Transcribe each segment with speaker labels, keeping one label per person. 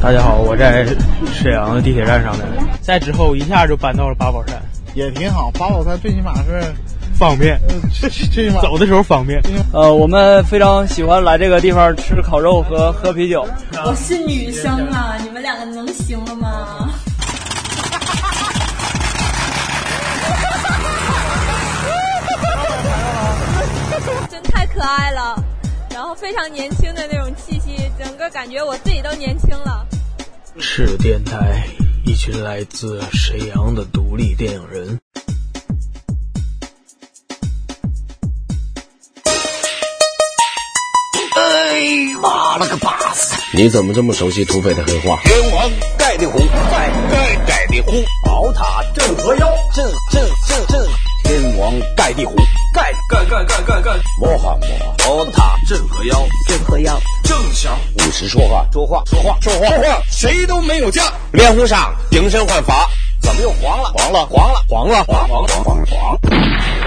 Speaker 1: 大家好，我在沈阳的地铁站上面。再之后一下就搬到了八宝山，
Speaker 2: 也挺好。八宝山最起码是，
Speaker 1: 方便，
Speaker 2: 呃最最起码
Speaker 1: 走的时候方便。
Speaker 3: 呃，我们非常喜欢来这个地方吃烤肉和喝啤酒。
Speaker 4: 我是女生啊，你们两个能行了吗？
Speaker 5: 真太可爱了，然后非常年轻的那种气息，整个感觉我自己都年轻了。
Speaker 1: 是电台，一群来自沈阳的独立电影人。
Speaker 6: 你怎么这么熟悉土匪的黑话？
Speaker 7: 天王盖地虎，盖盖盖地虎，宝塔镇河妖，镇镇镇镇，天王盖地虎，盖盖盖盖盖盖，魔法魔法，宝塔镇河妖，镇河妖，正响五十说话，说话，说话，说话，说话，谁都没有家，连湖上顶身换法，怎么又黄了？黄了，黄了，黄了，黄黄黄黄黄。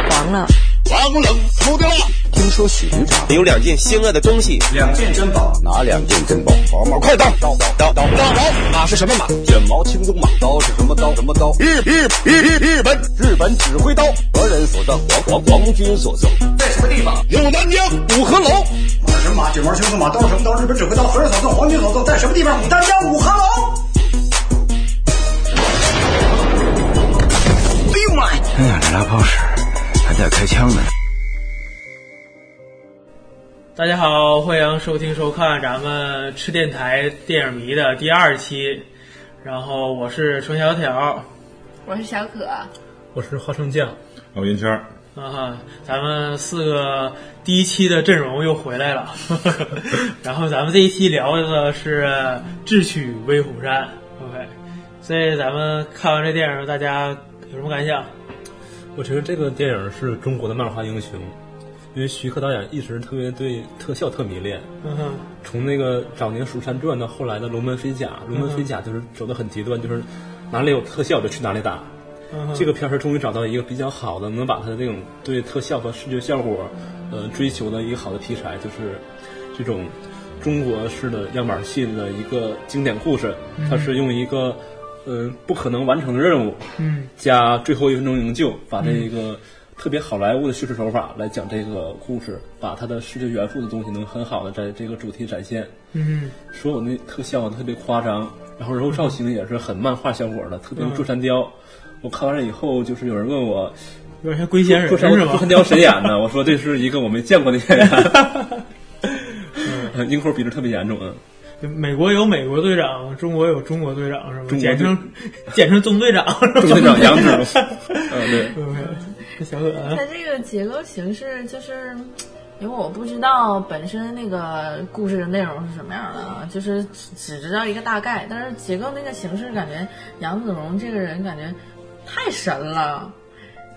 Speaker 4: 黄了，
Speaker 7: 王冷头的辣。听说许局长有两件心爱的东西，两件珍宝，哪两件珍宝？宝马快刀，刀刀刀刀刀马是什么马？卷毛青鬃马。刀是什么刀？什么刀？日日日日日本日本指挥刀，国人所赠，皇皇皇军所赠。在什么地方？柳南江五合楼。马什么马？卷毛青鬃马。刀什么刀？日本指挥刀，国人所赠，皇军所赠。在什么地方？牡丹江五合楼。哎呦妈呀！
Speaker 6: 哎呀，来拉泡屎，还带开枪的。
Speaker 1: 大家好，欢迎收听收看咱们吃电台电影迷的第二期。然后我是程小条，
Speaker 5: 我是小可，
Speaker 1: 我是花生酱。
Speaker 8: 老云圈儿，
Speaker 1: 啊哈，咱们四个第一期的阵容又回来 了，然后咱们这一期聊的是《智取威虎山》，OK，所以咱们看完这电影，大家有什么感想？
Speaker 9: 我觉得这个电影是中国的漫画英雄，因为徐克导演一直特别对特效特迷恋，
Speaker 1: 嗯哼，
Speaker 9: 从那个早年《蜀山传》到后来的《龙门飞甲》，《龙门飞甲》就是走的很极端，就是哪里有特效就去哪里打。
Speaker 1: 嗯哼
Speaker 9: 这个片儿终于找到一个比较好的，能把他的这种对特效和视觉效果，呃，追求的一个好的题材，就是这种中国式的样板戏的一个经典故事。它是用一个嗯、呃不可能完成的任务，
Speaker 1: 嗯，
Speaker 9: 加最后一分钟营救，把这一个特别好莱坞的叙事手法来讲这个故事，把它的视觉元素的东西能很好的在这个主题展现。
Speaker 1: 嗯
Speaker 9: 所有那特效特别夸张，然后人物造型也是很漫画效果的，特别像座山雕。我看完了以后，就是有人问我，
Speaker 1: 哼，有点像龟仙人
Speaker 9: 座山
Speaker 1: 是
Speaker 9: 座
Speaker 1: 吧
Speaker 9: 山？雕谁演的？我说这是一个我没见过的演员。鹰扣鼻子特别严重，嗯，
Speaker 1: 美国有美国队长，中国有中国队长是吧？
Speaker 9: 中国队
Speaker 1: 简称 简称中队长，
Speaker 9: 中队长杨志，嗯，对，
Speaker 1: OK，小可 啊
Speaker 10: 它这个结构形式就是，因为我不知道本身那个故事的内容是什么样的啊，就是只知道一个大概，但是结构那个形式感觉杨子荣这个人感觉太神了，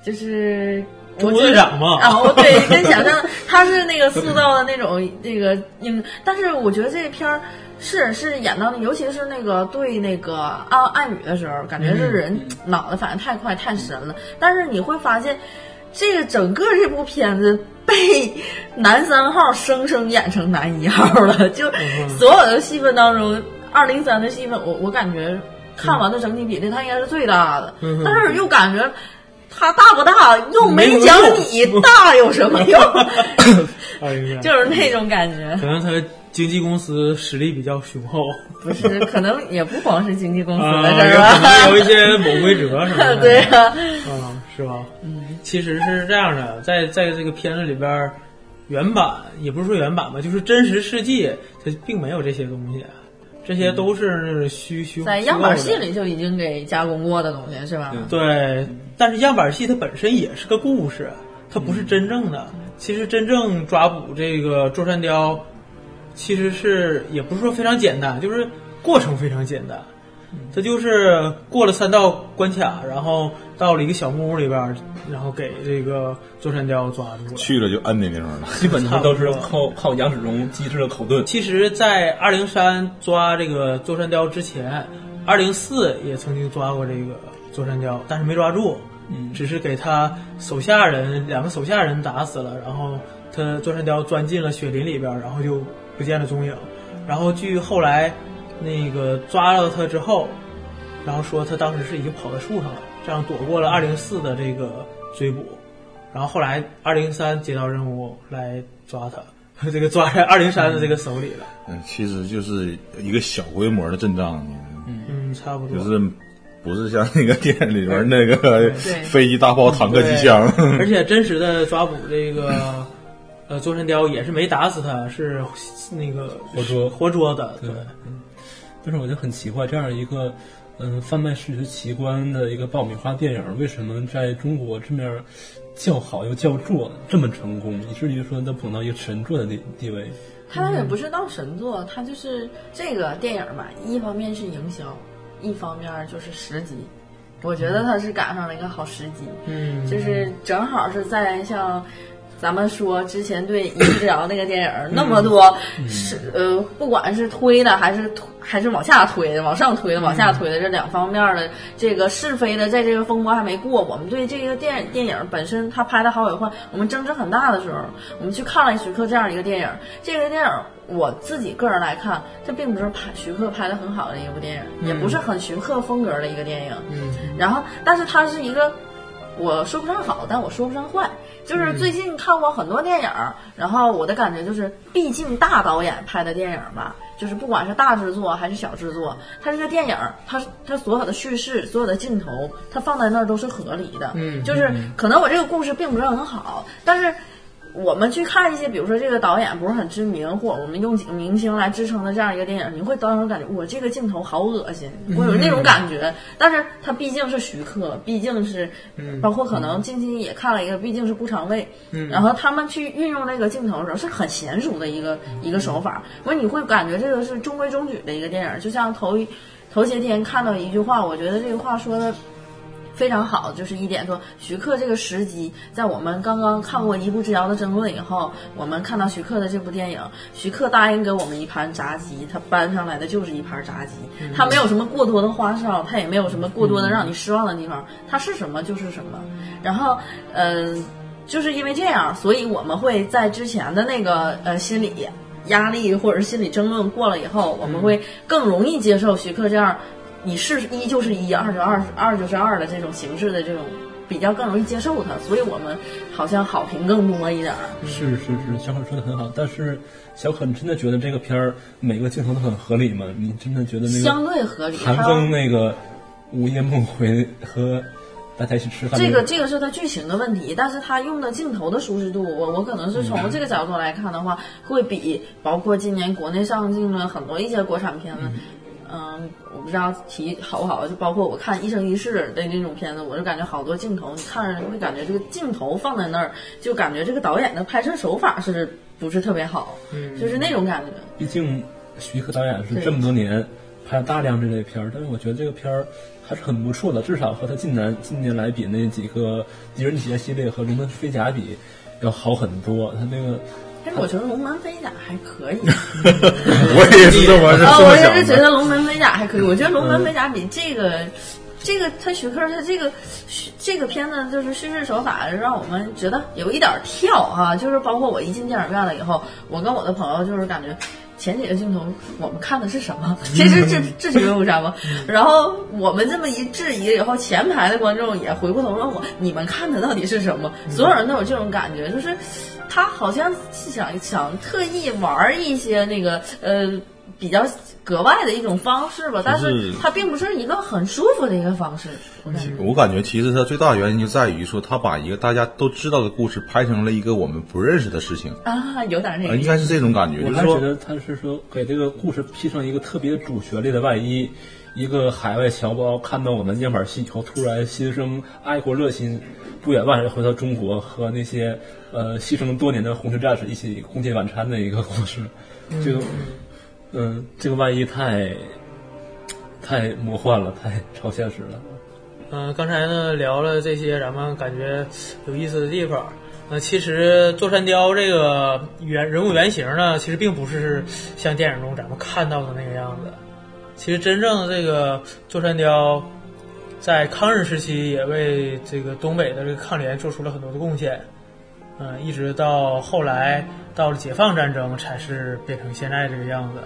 Speaker 10: 就是。
Speaker 1: 中国队长嘛
Speaker 10: 啊，我对，跟想象 他是那个塑造的那种那个影，但是我觉得这片儿是是演到，尤其是那个对那个暗暗语的时候，感觉
Speaker 1: 嗯
Speaker 10: 是人脑子反应太快太神了。但是你会发现，这个整个这部片子被男三号生生演成男一号了， 就
Speaker 1: 嗯
Speaker 10: 所有的戏份当中，二零三的戏份，我我感觉看完的整体比例，它应该是最大的，
Speaker 1: 嗯
Speaker 10: 但是又感觉。它大不大？又没讲
Speaker 1: 没有
Speaker 10: 你大有什么用？
Speaker 1: 嗯二零三，
Speaker 10: 就是那种感觉，
Speaker 1: 哎可能他经纪公司实力比较雄厚
Speaker 10: 不是，可能也不光是经纪 公司
Speaker 1: 啊，
Speaker 10: 的
Speaker 1: 有
Speaker 10: 事儿
Speaker 1: 可能有
Speaker 10: 吧？
Speaker 1: 一些某规则什么的。
Speaker 10: 对啊，
Speaker 1: 啊，是吧？嗯，其实是这样的，在在这个片子里边儿，原版也不是说原版吧，就是真实世界它并没有这些东西，这些都是虚虚
Speaker 10: 在样板戏。
Speaker 1: 虚
Speaker 10: 里就已经给加工过的东西是吧？
Speaker 1: 构的对，但是样板戏它本身也是个故事，啊它不是真正的。其实真正抓捕这个座山雕，其实是也不是说非常简单，就是过程非常简单。他就是过了三道关卡，然后到了一个小木屋里边儿，然后给这个座山雕抓住了。
Speaker 8: 去了就摁那地方了。
Speaker 9: 基本上都是靠靠杨子荣机智的口遁。
Speaker 1: 其实，在二零三抓这个座山雕之前，二零四也曾经抓过这个座山雕，但是没抓住，
Speaker 9: 嗯
Speaker 1: 只是给他手下人两个手下人打死了，然后他座山雕钻进了雪林里边儿，然后就不见了踪影。然后据后来那个抓到他之后，然后说他当时是已经跑在树上了，这样躲过了二零四的这个追捕。然后后来二零三接到任务来抓他， 这个抓在二零三的这个手里了。
Speaker 11: 嗯，其实就是一个小规模的阵仗，
Speaker 1: 嗯，差不多。
Speaker 11: 就是不是像那个电影里边那个
Speaker 10: 对
Speaker 11: 飞机、大炮、坦克、机枪，
Speaker 1: 而且真实的抓捕这个呃座山雕也是没打死他，是那个
Speaker 9: 活捉
Speaker 1: 活捉的，对
Speaker 9: 对，但是我就很奇怪，这样一个嗯贩卖视觉奇观的一个爆米花电影，为什么在中国这面叫好又叫座，这么成功，以至于说能捧到一个神作的地地位？
Speaker 10: 他也不是到神作，他就是这个电影吧，一方面是营销，一方面就是时机。我觉得他是赶上了一个好时机，
Speaker 1: 嗯，
Speaker 10: 就是正好是在像咱们说之前对《一治疗》那个电影儿那么多是呃，不管是推的还是推还是往下推的、往上推的、往下推的这两方面的这个是非的，在这个风波还没过，我们对这个电电影本身它拍的好与坏，我们争执很大的时候，我们去看了徐克这样一个电影儿，这个电影儿。我自己个人来看，这并不是拍徐克拍的很好的一部电影，也不是很徐克风格的一个电影。
Speaker 1: 嗯
Speaker 10: 然后，但是它是一个，我说不上好，但我说不上坏。就是最近看过很多电影儿，然后我的感觉就是，毕竟大导演拍的电影儿吧，就是不管是大制作还是小制作，它这个电影儿，它它所有的叙事、所有的镜头，它放在那儿都是合理的。
Speaker 1: 嗯
Speaker 10: 就是可能我这个故事并不是很好，但是。我们去看一些，比如说这个导演不是很知名，或者我们用几个明星来支撑的这样一个电影，你会当时感觉我这个镜头好恶心，我有那种感觉。但是他毕竟是徐克，毕竟是，包括可能近期也看了一个，毕竟是顾长卫，然后他们去运用那个镜头的时候是很娴熟的一个一个手法，所以你会感觉这个是中规中矩的一个电影。就像头一头些天看到一句话，我觉得这个话说的非常好，就是一点说徐克这个时机，在我们刚刚看过《一步之遥》的争论以后，我们看到徐克的这部电影，徐克答应给我们一盘炸鸡，他搬上来的就是一盘炸鸡，他没有什么过多的花哨，他也没有什么过多的让你失望的地方，他是什么就是什么。然后，嗯、就是因为这样，所以我们会在之前的那个呃心理压力或者是心理争论过了以后，我们
Speaker 9: 嗯
Speaker 10: 会更容易接受徐克这样，你是一就是一，二就是二，二就是二的这种形式的这种。比较更容易接受它，所以我们好像好评更多一点儿。
Speaker 9: 是是是，小可说的很好，但是小可，你真的觉得这个片儿每个镜头都很合理吗？你真的觉得那
Speaker 10: 相
Speaker 9: 个
Speaker 10: 对合理。
Speaker 9: 韩
Speaker 10: 它
Speaker 9: 庚那个午夜梦回和大家一起吃饭
Speaker 10: 这
Speaker 9: 那
Speaker 10: 个这个是它剧情的问题，但是它用的镜头的舒适度，我我可能是从这个角度来看的话，会比包括今年国内上映了很多一些国产片子。嗯，我不知道提好不好，就包括我看《一生一世》的那种片子，我就感觉好多镜头，你看着会感觉这个镜头放在那儿，就感觉这个导演的拍摄手法是不是特别好，就是那种感觉。
Speaker 9: 毕竟徐克导演是
Speaker 10: 对
Speaker 9: 这么多年拍了大量这类片儿，但是我觉得这个片儿还是很不错的，至少和他近年近年来比那几个《狄仁杰》系列和《龙门飞甲》比要好很多。他那个
Speaker 10: 但是我觉得《龙门飞甲》还可以。
Speaker 11: 我也是这么是
Speaker 10: 啊，
Speaker 11: 这
Speaker 10: 我
Speaker 11: 么
Speaker 10: 也是
Speaker 11: 想
Speaker 10: 觉
Speaker 11: 的。
Speaker 10: 得龙门飞甲还可以，我觉得龙门飞甲比这个。这个他徐克他这个叙这个片子就是叙事手法，让我们觉得有一点儿跳啊，就是包括我一进电影院了以后，我跟我的朋友就是感觉前几个镜头我们看的是什么？其实 这这是有啥吗？
Speaker 11: 嗯
Speaker 10: 然后我们这么一质疑以后，前排的观众也回过头问我，你们看的到底是什么？
Speaker 11: 嗯
Speaker 10: 所有人都有这种感觉，就是他好像想想特意玩一些那个呃比较格外的一种方式吧，但是它并不是一个很舒服的一个方式，我感觉。
Speaker 11: 我感觉其实它最大的原因就在于说，他把一个大家都知道的故事拍成了一个我们不认识的事情，
Speaker 10: 啊，有点那
Speaker 11: 啊，
Speaker 10: 个
Speaker 11: 应
Speaker 10: 意思。
Speaker 11: 该是这种感觉。
Speaker 9: 我
Speaker 11: 就是
Speaker 9: 还
Speaker 11: 说
Speaker 9: 觉，得他是说给这个故事披上一个特别主旋律的外衣，一个海外侨胞看到我们样板戏以后，突然心生爱国热心，不远万里回到中国，和那些呃牺牲多年的红军战士一起共进晚餐的一个故事。这个，嗯、这个外衣太太魔幻了，太超现实了。
Speaker 1: 嗯、刚才呢聊了这些咱们感觉有意思的地方。呃，其实座山雕这个原人物原型呢，其实并不是像电影中咱们看到的那个样子。其实真正的这个座山雕，在抗日时期也为这个东北的这个抗联做出了很多的贡献。嗯、一直到后来到了解放战争，才是变成现在这个样子。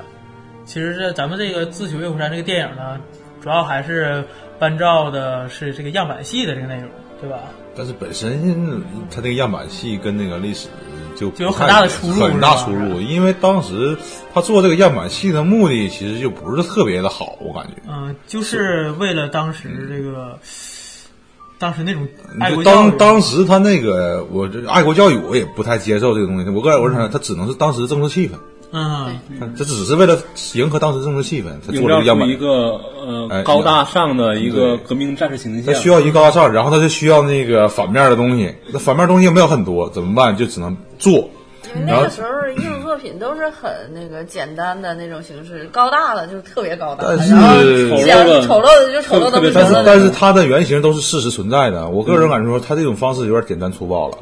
Speaker 1: 其实这咱们这个《自取威虎山》这个电影呢，主要还是搬照的是这个样板戏的这个内容，对吧？
Speaker 11: 但是本身它这个样板戏跟那个历史就
Speaker 1: 就有
Speaker 11: 不太
Speaker 1: 很大的出入
Speaker 11: 很大
Speaker 1: 是吧
Speaker 11: 出入。因为当时他做这个样板戏的目的其实就不是特别的好，我感觉。
Speaker 1: 嗯、就是为了当时这个、当时那种爱
Speaker 11: 就
Speaker 1: 国教育
Speaker 11: 当当时他那个，我这爱国教育我也不太接受这个东西。我个人我想，他只能是当时政治气氛，
Speaker 1: 嗯，
Speaker 11: 他这只是为了迎合当时政治气氛，他
Speaker 12: 营
Speaker 11: 做了
Speaker 12: 造
Speaker 11: 个样
Speaker 12: 出
Speaker 11: 板
Speaker 12: 一。个
Speaker 11: 哎
Speaker 12: 呃高大上的一个革命战士形
Speaker 11: 他
Speaker 12: 象。
Speaker 11: 需要一个高大上，然后他就需要那个反面的东西。那反面东西又没有很多，怎么办？就只能做。
Speaker 10: 因为那个时候艺术作品都是很那个简单的那种形式，高大的就是特别高大，
Speaker 11: 但是
Speaker 10: 然后想丑陋的就丑陋的
Speaker 12: 特别
Speaker 10: 不
Speaker 11: 但
Speaker 10: 行
Speaker 11: 是
Speaker 10: 了。
Speaker 11: 但是它的原型都是事实存在的。我个人感觉说，他这种方式有点简单粗暴了。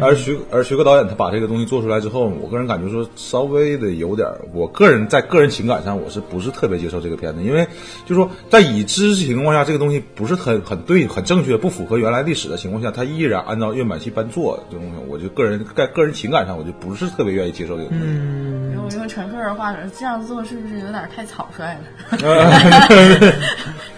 Speaker 11: 而徐而徐克导演他把这个东西做出来之后，我个人感觉说稍微的有点儿，我个人在个人情感上我是不是特别接受这个片子？因为就是说在已知情况下，这个东西不是很很对、很正确，不符合原来历史的情况下，他依然按照样板戏般做这东西，我就个人在个人情感上我就不是特别愿意接受这个东西。
Speaker 10: 用用陈赫的话说，这样做是不是有点太草率了？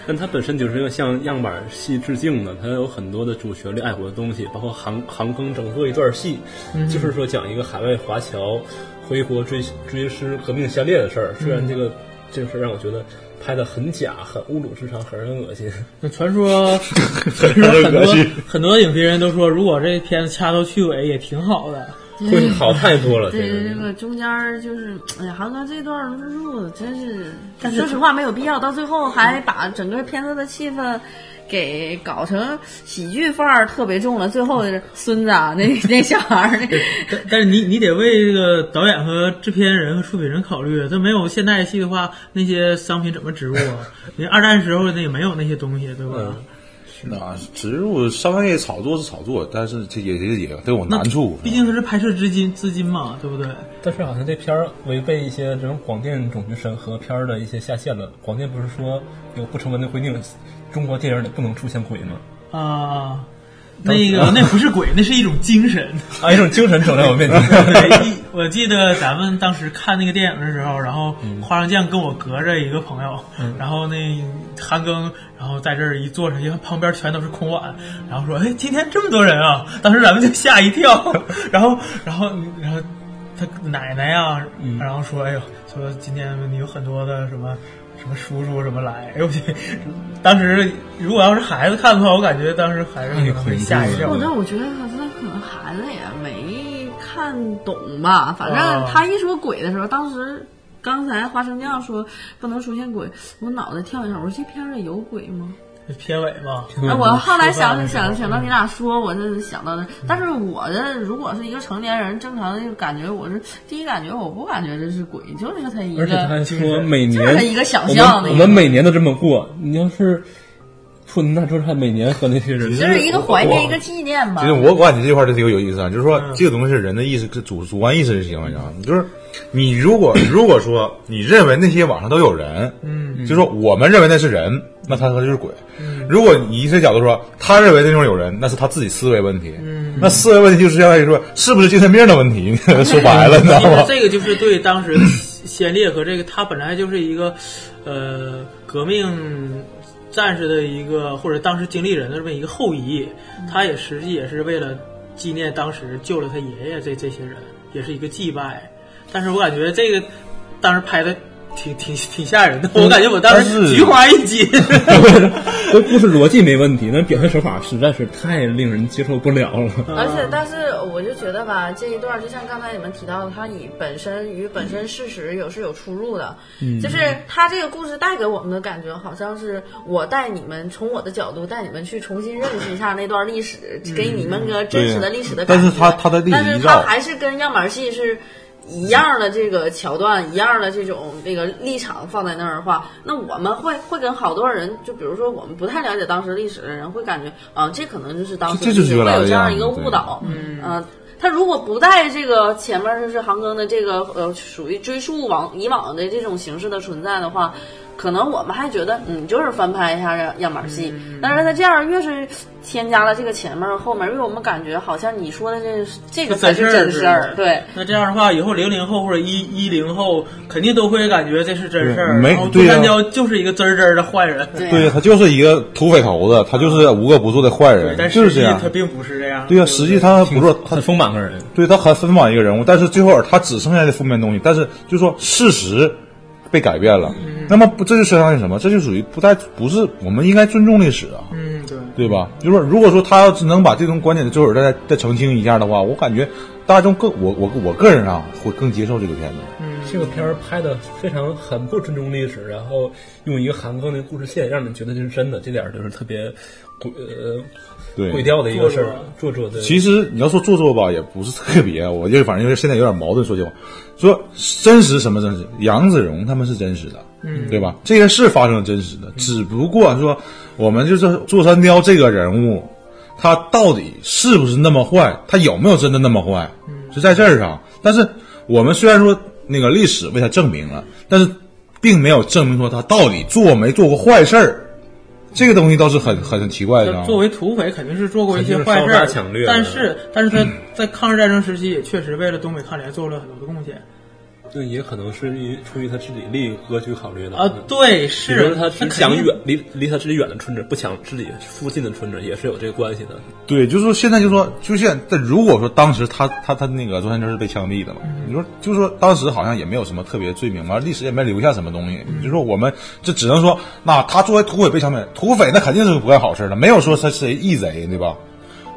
Speaker 12: 但它本身就是一个向样板戏致敬的，它有很多的主旋律爱国的东西，包括航航空整个一段戏，
Speaker 10: 嗯
Speaker 12: 就是说讲一个海外华侨回国追追思革命先烈的事儿。虽然
Speaker 10: 嗯
Speaker 12: 这个、这个事儿让我觉得拍的很假、很侮辱市场、很让人恶心。
Speaker 1: 那传说，传说很多很多影评人都说，如果这片子掐头去尾也挺好的。
Speaker 12: 会好太多了，
Speaker 10: 嗯 对
Speaker 12: 这个
Speaker 10: 这个中间儿就是，哎呀，韩哥这段录的真是，
Speaker 1: 但是
Speaker 10: 说实话没有必 要，到最后还把整个片子的气氛。给搞成喜剧范儿特别重了，最后是孙子啊，那 那小孩儿，那
Speaker 1: 但但是你你得为这个导演和制片人和出品人考虑，他没有现代戏的话，那些商品怎么植入啊？你二战时候那也没有那些东西，对吧？
Speaker 12: 嗯
Speaker 11: 那植入商业炒作是炒作，但是这也也也都有难处。
Speaker 1: 毕竟它是拍摄资金资金嘛，对不对？
Speaker 12: 但是好像这片儿违背一些这种广电总局审核片儿的一些下限了。广电不是说有不成文的规定，中国电影里不能出现鬼吗？
Speaker 1: 啊，那个那不是鬼，那是一种精神。
Speaker 12: 啊，一种精神整在我面前。
Speaker 1: 对，一我记得咱们当时看那个电影的时候，然后花生酱跟我隔着一个朋友，然后那韩庚，然后在这儿一坐上，因为旁边全都是空碗，然后说：“哎，今天这么多人啊！”当时咱们就吓一跳，然后，然后，然后他奶奶呀、然后说：“哎呦，说今天你有很多的什么。”什么叔叔什么来？哎呦我去！当时如果要是孩子看的话，我感觉当时还是可能会吓一跳。
Speaker 10: 哦我但我觉得可能可能孩子也没看懂吧，反正他一说鬼的时候，当时刚才花生酱说不能出现鬼，我脑袋跳一下，我说这片儿里有鬼吗？
Speaker 1: 片尾嘛，
Speaker 10: 啊，
Speaker 12: 嗯
Speaker 10: 我后来想想想到
Speaker 1: 嗯
Speaker 10: 你俩说，我就想到的。但是我的如果是一个成年人，正常的就感觉我是第一感觉，我不感觉这是鬼，就是他一
Speaker 12: 而且他
Speaker 10: 个
Speaker 12: 还说每年
Speaker 10: 就是一个想象
Speaker 12: 我
Speaker 10: 的
Speaker 12: 们
Speaker 10: 一
Speaker 12: 我
Speaker 10: 个
Speaker 12: 们每年都这么过。你要是说那就是他每年和那些人，
Speaker 10: 就是一个怀念一个纪念
Speaker 1: 啊
Speaker 10: 吧
Speaker 11: 其。实我我感觉这块儿就是有有意思啊，就是
Speaker 1: 嗯
Speaker 11: 说这个东西是人的意识，是主主观意识的情况下，就是你如果如果说你认为那些网上都有人，嗯，就说我们认为那是人，那他说就是鬼。
Speaker 1: 嗯
Speaker 11: 如果你以这角度说，他认为那地方有人，那是他自己思维问题。嗯，那思维问题就是相当于说是不是精神病的问 题，说白了，你知道
Speaker 1: 其实
Speaker 11: 吗？
Speaker 1: 这个就是对当时的先烈和这个他本来就是一个，呃，革命战士的一个或者当时经历人的这么一个后裔，他也实际也是为了纪念当时救了他爷爷这这些人，也是一个祭拜。但是我感觉这个当时拍的挺挺挺吓人的，我感觉我当
Speaker 11: 嗯但
Speaker 1: 时
Speaker 11: 是
Speaker 1: 菊花一紧。
Speaker 12: 这故事逻辑没问题，但表现手法实在是太令人接受不了
Speaker 11: 嗯
Speaker 12: 了。
Speaker 10: 而且，但是我就觉得吧，这一段就像刚才你们提到的，它以本身与本身事实有是有出入的，
Speaker 11: 嗯
Speaker 10: 就是它这个故事带给我们的感觉，好像是我带你们从我的角度带你们去重新认识一下那段历史，给你们个真实的历史的感觉。
Speaker 11: 嗯但是它它的历史
Speaker 10: 但是
Speaker 11: 依
Speaker 10: 它
Speaker 11: 照
Speaker 10: 还是跟样板戏是。一样的这个桥段，一样的这种这个立场放在那儿的话，那我们会会跟好多人，就比如说我们不太了解当时历史的人，会感觉啊，这可能就是当时
Speaker 11: 这这就是
Speaker 10: 历史会
Speaker 11: 原来
Speaker 10: 有
Speaker 11: 的
Speaker 10: 这样
Speaker 11: 样
Speaker 10: 一个
Speaker 11: 子
Speaker 10: 误
Speaker 11: 对
Speaker 10: 导，嗯、他如果不带这个前面就是韩庚的这个呃，属于追溯往以往的这种形式的存在的话，可能我们还觉得嗯就是翻拍一下样样板戏，但是它这样越是添加了这个前面儿后面儿，因为我们感觉好像你说的这这个才是真事儿，对。。
Speaker 1: 那这样的话，以后零零后或者一一零后肯定都会感觉这是真事儿。
Speaker 11: 对没
Speaker 1: 然后
Speaker 11: 对
Speaker 1: 杜
Speaker 11: 呀
Speaker 1: 山雕就是一个真儿真儿的坏人，
Speaker 11: 对他就是一个土匪头子，他就是无恶不作的坏人，
Speaker 1: 啊但
Speaker 11: 就是
Speaker 1: 实际
Speaker 11: 这样
Speaker 1: 他。并不是这样。
Speaker 11: 对呀、啊实际他不是他
Speaker 9: 丰满个人，
Speaker 11: 对他很丰满一个人物，但是最后他只剩下的负面东西，但是就说事实被改变了，那么不这就相当于什么？这就属于不太不是我们应该尊重历史啊，
Speaker 1: 嗯，对。
Speaker 11: 对吧？就是说如果说他要是能把这种观点最后再再澄清一下的话，我感觉大众更我我我个人啊会更接受这个片子。
Speaker 9: 这个片儿拍的非常很不尊重历史，然后用一个韩庚的故事线让你觉得这是真的，这点儿就是特别鬼呃
Speaker 11: 对
Speaker 9: 鬼调的一个事儿，做作的。
Speaker 11: 其实你要说做作吧，也不是特别，啊 我就反正就是现在有点矛盾。说句话，说真实什么真实？杨子荣他们是真实的，
Speaker 9: 嗯
Speaker 11: 对吧？这些事发生了真实
Speaker 1: 嗯
Speaker 11: 的，只不过说我们就是座山雕这个人物，他到底是不是那么坏？他有没有真的那么坏？
Speaker 1: 嗯
Speaker 11: 是在这儿上。但是我们虽然说那个历史为他证明了，但是并没有证明说他到底做没做过坏事儿。这个东西倒是很很很奇怪的啊。
Speaker 1: 嗯作为土匪，肯定是做过一些
Speaker 11: 肯定
Speaker 1: 坏
Speaker 11: 是
Speaker 1: 事
Speaker 11: 烧杀
Speaker 1: 儿，
Speaker 11: 抢掠的嗯
Speaker 1: 但是，但是他在抗日战争时期也确实为了东北抗联做了很多的贡献。
Speaker 12: 那也可能是因为出于他自己利益格局考虑的
Speaker 9: 嗯
Speaker 1: 啊对是
Speaker 12: 比如说他只
Speaker 1: 那肯
Speaker 12: 想
Speaker 1: 定
Speaker 12: 远离离他自己远的村子，不想自己附近的村子，也是有这个关系的。
Speaker 11: 对，就是说现在就说，就现在，但如果说当时他他他那个周山珍是被枪毙的嘛，你说就是说当时好像也没有什么特别罪名嘛，历史也没留下什么东西，就说我们这只能说，那他作为土匪被枪毙，土匪那肯定是不干好事的，没有说他谁义贼，对吧？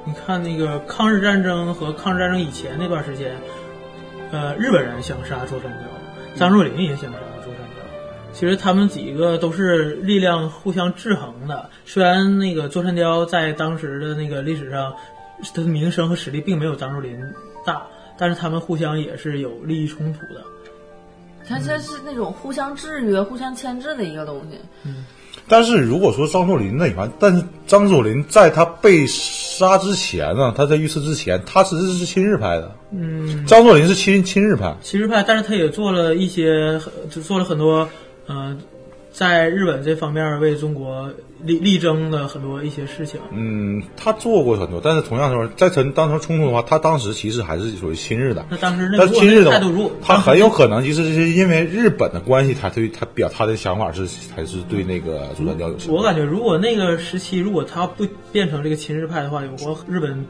Speaker 1: 你看那个抗日战争和抗日战争以前那段时间，呃，日本人想杀周山雕，张作霖也想杀周山雕。其实他们几个都是力量互相制衡的。虽然那个周山雕在当时的那个历史上，他的名声和实力并没有张作霖大，但是他们互相也是有利益冲突的。
Speaker 10: 它这是那种互相制约、互相牵制的一个东西。
Speaker 11: 但是如果说张作霖那一盘，但是张作霖在他被杀之前呢，他在遇刺之前，他其实是亲日派的，
Speaker 1: 嗯，
Speaker 11: 张作霖是亲亲日派，
Speaker 1: 骑士派，但是他也做了一些，呃就做了很多，嗯、在日本这方面为中国力力争的很多一些事情。
Speaker 11: 嗯，他做过很多，但是同样的时候，在曾当成冲突的话，他当时其实还是属于亲日的。
Speaker 1: 那当时那
Speaker 11: 但
Speaker 1: 个
Speaker 11: 亲日的话
Speaker 1: 态度如果，
Speaker 11: 他很有可能其实是因为日本的关系，他对他表他的想法是还是对那个佐山雕有
Speaker 1: 我感觉，如果那个时期如果他不变成这个亲日派的话，有国日本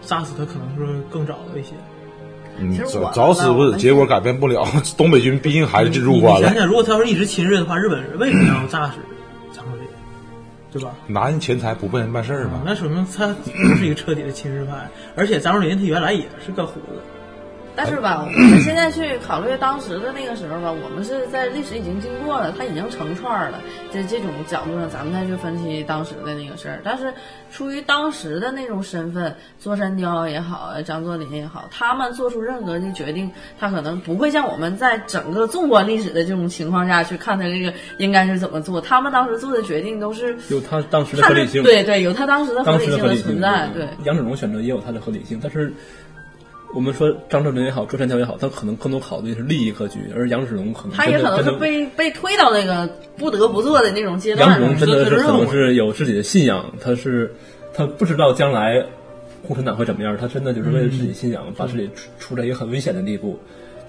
Speaker 1: 杀死他可能是更早的一些。
Speaker 11: 嗯
Speaker 1: 其实我
Speaker 11: 早
Speaker 1: 们
Speaker 11: 早死不
Speaker 1: 我
Speaker 11: 死，
Speaker 1: 们
Speaker 11: 结果改变不了。 东北军毕竟还是进入
Speaker 1: 你
Speaker 11: 关
Speaker 1: 想
Speaker 11: 了，
Speaker 1: 想，如果他要是一直亲日的话，日本人为什么要炸死张作霖，对吧？嗯
Speaker 11: 拿人钱财不被人办事儿嘛。
Speaker 1: 那说明他不是一个彻底的亲日派，而且张作霖他原来也是个虎子。
Speaker 10: 但是
Speaker 9: 嗯
Speaker 10: 吧，我们现在去考虑当时的那个时候吧，我们是在历史已经经过了，它已经成串儿了，在这种角度上，咱们再去分析当时的那个事儿。但是出于当时的那种身份，座山雕也好，啊张作霖也好，他们做出任何的决定，他可能不会像我们在整个纵观历史的这种情况下去看他这个应该是怎么做。他们当时做的决定都是
Speaker 9: 有他当时的合理性，
Speaker 10: 对对，有他当时的合
Speaker 9: 当
Speaker 10: 理
Speaker 9: 时的
Speaker 10: 性
Speaker 9: 合
Speaker 10: 的
Speaker 9: 理性嗯
Speaker 10: 存在，对。。
Speaker 9: 杨子荣选择也有他的合理性，但是我们说张作霖也好，周山雕也好，他可能更多考虑的是利益格局，而杨子荣可能
Speaker 10: 他也
Speaker 9: 真的
Speaker 10: 可能是
Speaker 9: 真的
Speaker 10: 被被推到那个不得不做的那种阶段。
Speaker 9: 杨子荣真的是
Speaker 10: 这
Speaker 9: 可
Speaker 10: 种
Speaker 9: 能是有自己的信仰，他是他不知道将来共产党会怎么样，他真的就是为了
Speaker 10: 嗯
Speaker 9: 自己信仰，把自己处处在一个很危险的地步。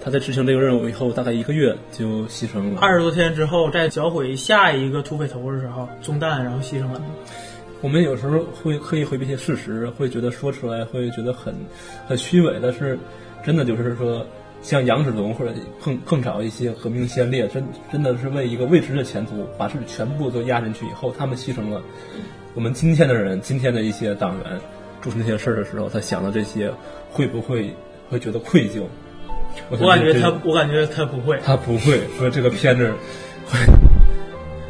Speaker 9: 他在执行这个任务以后，大概一个月就牺牲了。
Speaker 1: 二十多天之后，在剿毁下一个土匪头的时候中弹，然后牺牲了。
Speaker 9: 我们有时候会刻意回避一些事实，会觉得说出来会觉得很很虚伪，但是真的就是说，像杨子荣或者更更早一些革命先烈，真真的是为一个未知的前途，把自己全部都压进去以后，他们牺牲了。我们今天的人，今天的一些党员做出那些事儿的时候，他想到这些，会不会会觉得愧疚？
Speaker 1: 我感觉
Speaker 9: 这
Speaker 1: 他，我感觉他不会。
Speaker 9: 他不会说这个片子会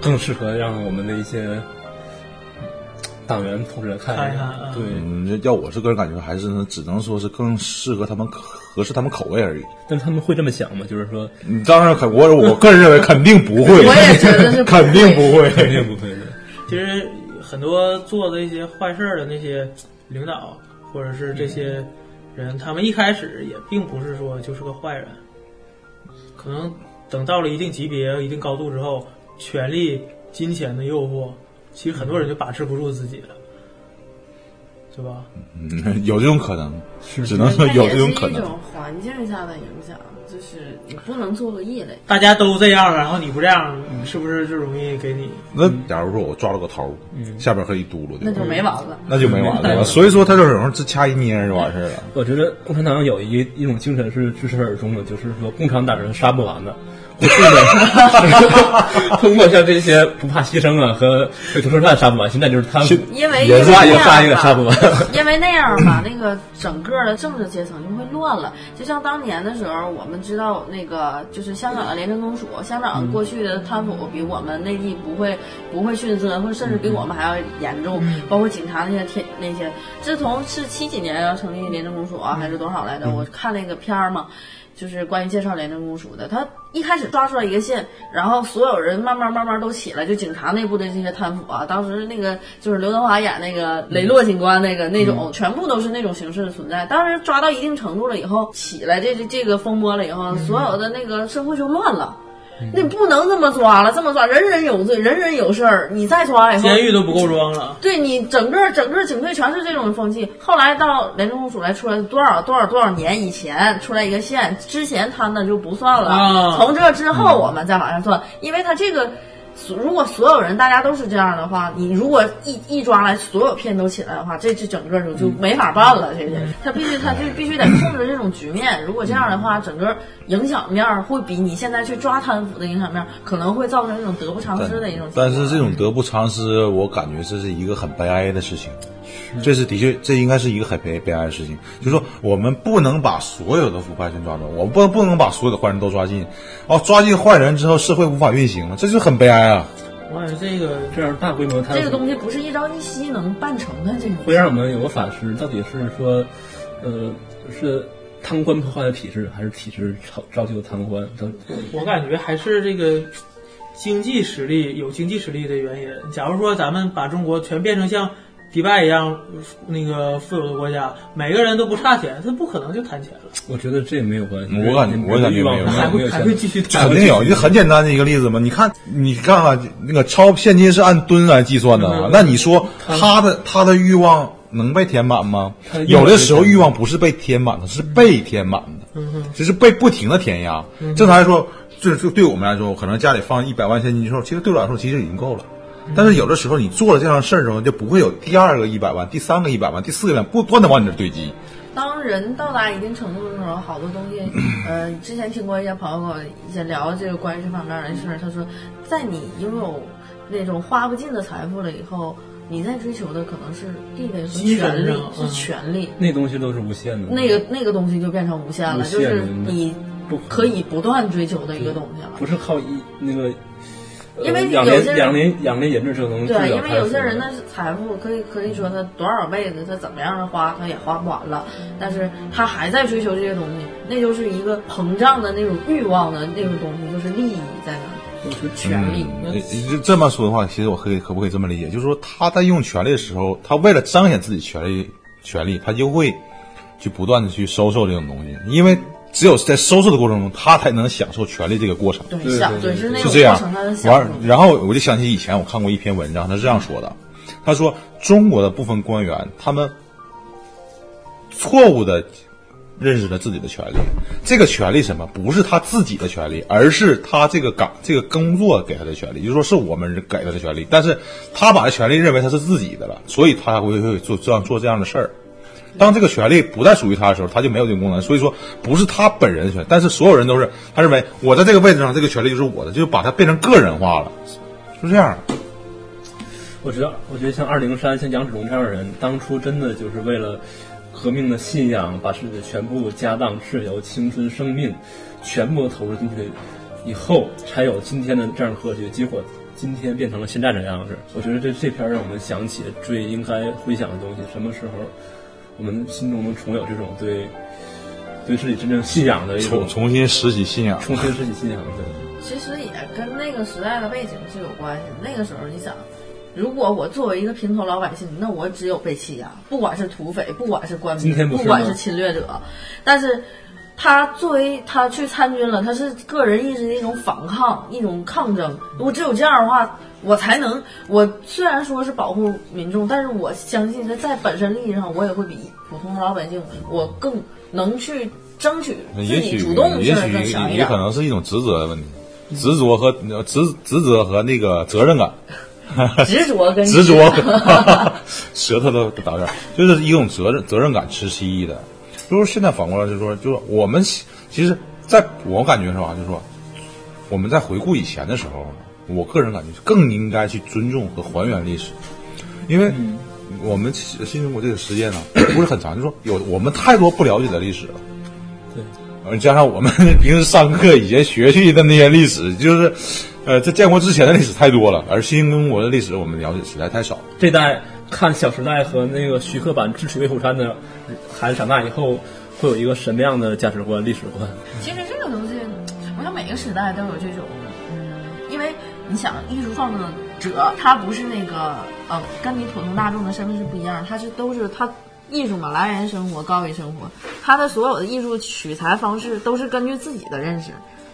Speaker 9: 更适合让我们的一些党员同志来看
Speaker 1: 看一看啊
Speaker 9: 对，
Speaker 11: 嗯，要我是个人感觉，还是只能说是更适合他们合适他们口味而已。
Speaker 9: 但是他们会这么想吗？就是说，
Speaker 11: 你当然肯我我个人认为肯定不会，
Speaker 9: 我也觉得是不会
Speaker 11: 肯定不 会，
Speaker 9: 肯定不会的。
Speaker 1: 其实很多做的一些坏事儿的那些领导，或者是这些人，他们一开始也并不是说就是个坏人，可能等到了一定级别、一定高度之后，权力、金钱的诱惑，其实很多人就把持不住自己了，对吧？
Speaker 11: 嗯，有这种可能，只能 说
Speaker 10: 它
Speaker 11: 有
Speaker 10: 也
Speaker 11: 这
Speaker 10: 是
Speaker 11: 种
Speaker 10: 一
Speaker 11: 可能。
Speaker 10: 种环境下的影响，就是你不能做个异类。
Speaker 1: 大家都这样，然后你不这样，是不是就容易给你？
Speaker 11: 那假如说我抓了个头，
Speaker 1: 嗯
Speaker 11: 下边儿可一嘟噜的，
Speaker 10: 那就没完了
Speaker 11: 那就没完了。所以说他就是有时候自掐一捏就完事儿了。
Speaker 9: 我觉得共产党有一一种精神是自始而终的，就是说共产党人杀不完的。过去 的通过像这些不怕牺牲啊和对屠杀犯杀不完，现在就是贪腐，
Speaker 10: 因为
Speaker 9: 也
Speaker 10: 因为
Speaker 9: 杀
Speaker 10: 这
Speaker 9: 也
Speaker 10: 样
Speaker 9: 杀也
Speaker 10: 吧
Speaker 9: 杀不完。
Speaker 10: 因为那样吧，那个整个的政治阶层就会乱了。就像当年的时候，我们知道那个就是香港的廉政公署，香
Speaker 9: 嗯
Speaker 10: 港过去的贪腐比我们内地不会不会逊色，或者甚至比我们还要严重。
Speaker 9: 嗯
Speaker 10: 包括警察那些天那些，自从是七几年要成立廉政公署啊，还是多少
Speaker 9: 嗯
Speaker 10: 来着？我看那个片儿嘛。就是关于介绍廉政公署的，他一开始抓出来一个线，然后所有人慢慢慢慢都起来，就警察内部的这些贪腐啊，当时那个就是刘德华演那
Speaker 1: 嗯
Speaker 10: 个雷洛警官那个那种，全部都是那种形式的存在。当时抓到一定程度了以后，起来这这这个风波了以
Speaker 1: 嗯
Speaker 10: 后，所有的那个社会就乱了。那不能这么抓了，这么抓人人有罪，人人有事儿。你再抓以后，
Speaker 1: 监狱都不够装了。
Speaker 10: 对你整个整个警队全是这种风气。后来到廉政公署来出来多少多少多少年以前出来一个县，之前贪的就不算了，
Speaker 13: 啊
Speaker 10: 从这之
Speaker 11: 嗯
Speaker 10: 后我们再往上算，因为他这个。如果所有人大家都是这样的话，你如果一一抓来所有骗都起来的话，这这整个就
Speaker 11: 嗯
Speaker 10: 就没法办了。这这，他必须他就必须得控制这种局面。如果这样的话，整个影响面儿会比你现在去抓贪腐的影响面儿可能会造成一种得不偿
Speaker 11: 但
Speaker 10: 失的一种情况。
Speaker 11: 但是这种得不偿失，我感觉这是一个很悲哀的事情。这是的确，这应该是一个很悲悲哀的事情。就是说，我们不能把所有的腐败全抓住，我们不不能把所有的坏人都抓进。哦，抓进坏人之后，社会无法运行了，这就很悲哀啊！
Speaker 1: 我感觉这个
Speaker 9: 这样大规模贪
Speaker 10: 这个
Speaker 9: 腐
Speaker 10: 东西不是一朝一夕能办成的，这个
Speaker 9: 会让我们有个反思，到底是说，呃，是贪官破坏了体制，还是体制造造就贪官？都
Speaker 11: 嗯
Speaker 1: 我感觉还是这个经济实力有经济实力的原因。假如说咱们把中国全变成像迪拜一样呃那个富有的国家，每个人都不差钱，他不可能就贪钱了。
Speaker 9: 我觉得这没有关系。
Speaker 11: 我感觉，我感觉没有，
Speaker 9: 还会还会继续
Speaker 11: 肯定有，就很简单的一个例子嘛。你看，你看看那个钞现金是按吨来计算的
Speaker 9: 嗯
Speaker 11: 啊，那你说他的他的欲望能被填满吗
Speaker 9: 他的？欲望
Speaker 11: 有的时候欲望不是被填满的，是被填满的，只是被不停的填压。
Speaker 9: 嗯
Speaker 11: 正常来说，就就对我们来说，可能家里放一百万现金之后，其实对我来说其实已经够了。
Speaker 9: 嗯
Speaker 11: 但是有的时候，你做了这样的事儿之后，就不会有第二个一百万、第三个一百万、第四个一百万，不断的往你这儿堆积。
Speaker 10: 当人到达一定程度的时候，好多东 西，呃，之前听过一些朋友跟我一起聊这个关于这方面的事儿，他说，在你拥有那种花不尽的财富了以后，你在追求的可能是地位和
Speaker 9: 精神
Speaker 10: 权利
Speaker 9: 上，
Speaker 10: 是
Speaker 9: 嗯
Speaker 10: 权利。
Speaker 9: 那东西都是无限的。
Speaker 10: 那个那个东西就变成无限了，
Speaker 9: 无
Speaker 10: 就
Speaker 9: 限
Speaker 10: 是
Speaker 9: 嗯
Speaker 10: 你可以不断追求的一个东西了。
Speaker 9: 不是靠一那个，呃
Speaker 10: 因为
Speaker 9: 养
Speaker 10: 有
Speaker 9: 廉
Speaker 10: 些人
Speaker 9: 养廉养廉银子这个东西治疗
Speaker 10: 对，
Speaker 9: 贪腐，
Speaker 10: 因为有些人的财富可以可以说他多少辈子他怎么样的花他也花不完了，但是他还在追求这些东西，那就是一个膨胀的那种欲望的那种东西，就是利益在那儿，就是权利。
Speaker 11: 嗯。这这么说的话，其实我可以可不可以这么理解？就是说，他在用权力的时候，他为了彰显自己权力，权力他就会去不断的去收受这种东西，因为只有在收受的过程中，他才能享受权力这个过程。
Speaker 10: 对对享对对是那种
Speaker 11: 这样
Speaker 10: 过程他能。享
Speaker 11: 完
Speaker 10: 受，
Speaker 11: 然后我就想起以前我看过一篇文章，他是这样说的：他说中国的部分官员他们错误的认识了自己的权利。这个权利什么？不是他自己的权利，而是他这个岗、这个工作给他的权利，也就是说是我们给他的权利。但是他把这权利认为他是自己的了，所以他才会会做这样做这样的事儿。当这个权利不再属于他的时候，他就没有这个功能。所以说，不是他本人的权利，但是所有人都是他认为我在这个位置上，这个权利就是我的，就把它变成个人化了，就这样。
Speaker 9: 我知道，我觉得像二零山、像杨子荣这样的人，当初真的就是为了革命的信仰，把自己的全部家当、自由、青春、生命，全部都投入进去，以后才有今天的这样的和谐。结果今天变成了现在这样子。我觉得这这篇让我们想起最应该回想的东西，什么时候我们心中能重有这种对对自己真正信仰的一种
Speaker 11: 重重新拾起信仰，
Speaker 9: 重新拾起信仰对。
Speaker 10: 其实也跟那个时代的背景是有关系的。那个时候你想，如果我作为一个平头老百姓，那我只有被欺压，不管是土匪，不管是官
Speaker 9: 今
Speaker 10: 兵，
Speaker 9: 天不
Speaker 10: 不
Speaker 9: 是吗
Speaker 10: 管是侵略者，但是。他作为他去参军了，他是个人意志的一种反抗，一种抗争。我只有这样的话，我才能。我虽然说是保护民众，但是我相信他在本身利益上，我也会比普通老百姓我更能去争取自
Speaker 11: 也
Speaker 10: 己
Speaker 11: 许
Speaker 10: 主动
Speaker 11: 也
Speaker 10: 性更
Speaker 11: 许
Speaker 10: 强一
Speaker 11: 也
Speaker 10: 点
Speaker 11: 可。能是一种职责问题，执着和执执着和那个责任感。
Speaker 10: 执着跟
Speaker 11: 执着
Speaker 10: 执着，
Speaker 11: 舌头都都打点，就是一种责任责任感持息的。就是现在反过来就说，就是我们其其实在我感觉上啊，就是说我们在回顾以前的时候，我个人感觉更应该去尊重和还原历史，因为
Speaker 10: 嗯
Speaker 11: 我们其新中国这个时间呢、 不是很长，就说有我们太多不了解的历史了。呃，加上我们 平时上课以前学习的那些历史，就是，呃，在建国之前的历史太多了，而新中国的历史我们了解实在太少。
Speaker 9: 这代看《小时代》和那个徐克版《智取威虎山》的孩子长大以后，会有一个什么样的价值观、历史观？
Speaker 10: 其实这个东西，嗯我想每个时代都有这种，嗯，因为你想，艺术创作者他不是那个呃，跟你普通大众的身份是不一样，他是都是他艺术嘛，来源生活，高于生活，他的所有的艺术取材方式都是根据自己的认识。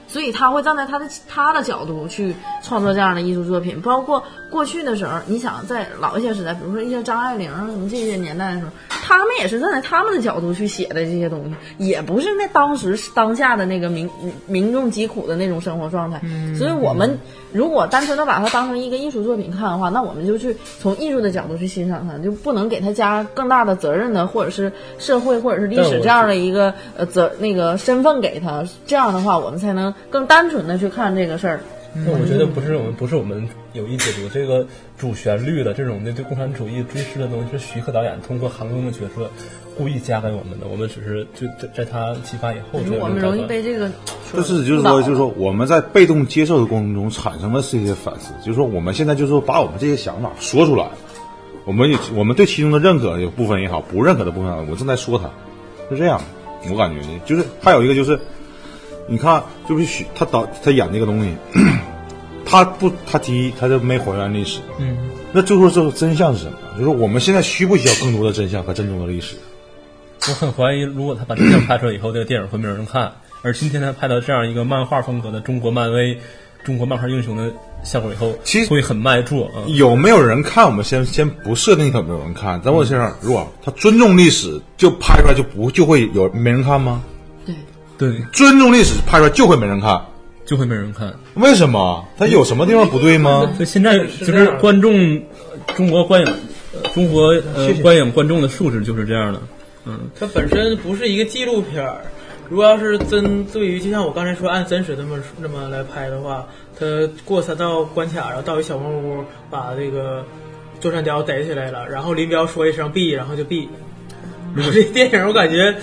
Speaker 10: 所以他会站在他的他的角度去创作这样的艺术作品，包括过去的时候，你想在老一些时代，比如说一些张爱玲啊什么这些年代的时候，他们也是站在他们的角度去写的这些东西，也不是那当时当下的那个民民众疾苦的那种生活状态。
Speaker 9: 嗯
Speaker 10: 所以我们如果单纯的把它当成一个艺术作品看的话，那我们就去从艺术的角度去欣赏它，就不能给它加更大的责任的，或者是社会或者是历
Speaker 9: 但我
Speaker 10: 史这样的一个呃责那个身份给他，这样的话我们才能更单纯的去看这个事儿。
Speaker 9: 那我觉得不是我们不是我们有意解读这个主旋律的这种那对共产主义追思的东西，是徐克导演通过韩庚的角色故意加给我们的。我们只是就在在他启发以后，
Speaker 10: 可能我们容易被这个
Speaker 11: 但是就是说，就是说我们在被动接受的过程中产生的是一些反思，就是说我们现在就是说把我们这些想法说出来，我们也我们对其中的认可有部分也好，不认可的部分也好，我们正在说它，是这样。我感觉就是还有一个就是，你看，就是许他导他演这个东西， 他不他第一他就没还原历史，
Speaker 9: 嗯，
Speaker 11: 那就说这个真相是什么？就是我们现在需不需要更多的真相和真正的历史？
Speaker 9: 我很怀疑，如果他把这样拍出来以后，这个电影会没有人看。而今天他拍到这样一个漫画风格的中国漫威、中国漫画英雄的效果以后，
Speaker 11: 其实
Speaker 9: 会很卖座啊。
Speaker 11: 有没有人看？我们先先不设定有没有人看。咱问先生，如果他尊重历史，就拍出来就不就会有没人看吗？
Speaker 9: 对，
Speaker 11: 尊重历史拍出来就会没人看，
Speaker 9: 就会没人看。
Speaker 11: 为什么？他有什么地方不对吗？
Speaker 9: 所以现在就是观众，呃中国观影，呃中国呃
Speaker 1: 谢谢
Speaker 9: 观影观众的素质就是这样的。嗯，
Speaker 1: 它本身不是一个纪录片儿，如果要是真对于就像我刚才说按真实那么那么来拍的话，他过三道关卡，然后到一小木屋把这个座山雕逮起来了，然后林彪说一声“毙”，然后就毙。
Speaker 9: 如果
Speaker 1: 这电影我感觉，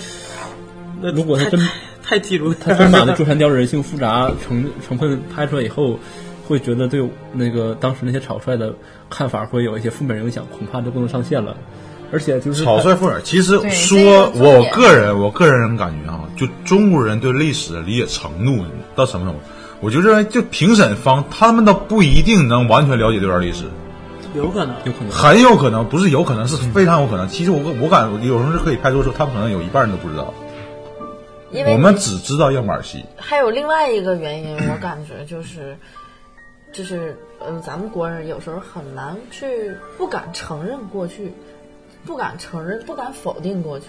Speaker 1: 那
Speaker 9: 如果他真
Speaker 1: 太记录，
Speaker 9: 他真把那朱山雕人性复杂成成分拍出来以后，会觉得对那个当时那些草率的看法会有一些负面影响，恐怕就不能上线了。而且就是
Speaker 11: 草率
Speaker 9: 他
Speaker 11: 复耳。其实
Speaker 9: 对
Speaker 11: 说，我个人我个人感觉啊，就中国人对历史的理解程度到什么程度，我就认为，就评审方他们都不一定能完全了解这段历史。
Speaker 1: 有可能，
Speaker 9: 有可能
Speaker 11: 很有可能，不是有可能，是非常有可能。其实我我感有时候是可以拍出说，他们可能有一半人都不知道。
Speaker 10: 因为
Speaker 11: 我们只知道样板戏，
Speaker 10: 还有另外一个原因，我感觉就是，就是嗯，咱们国人有时候很难去不敢承认过去，不敢承认，不敢否定过去，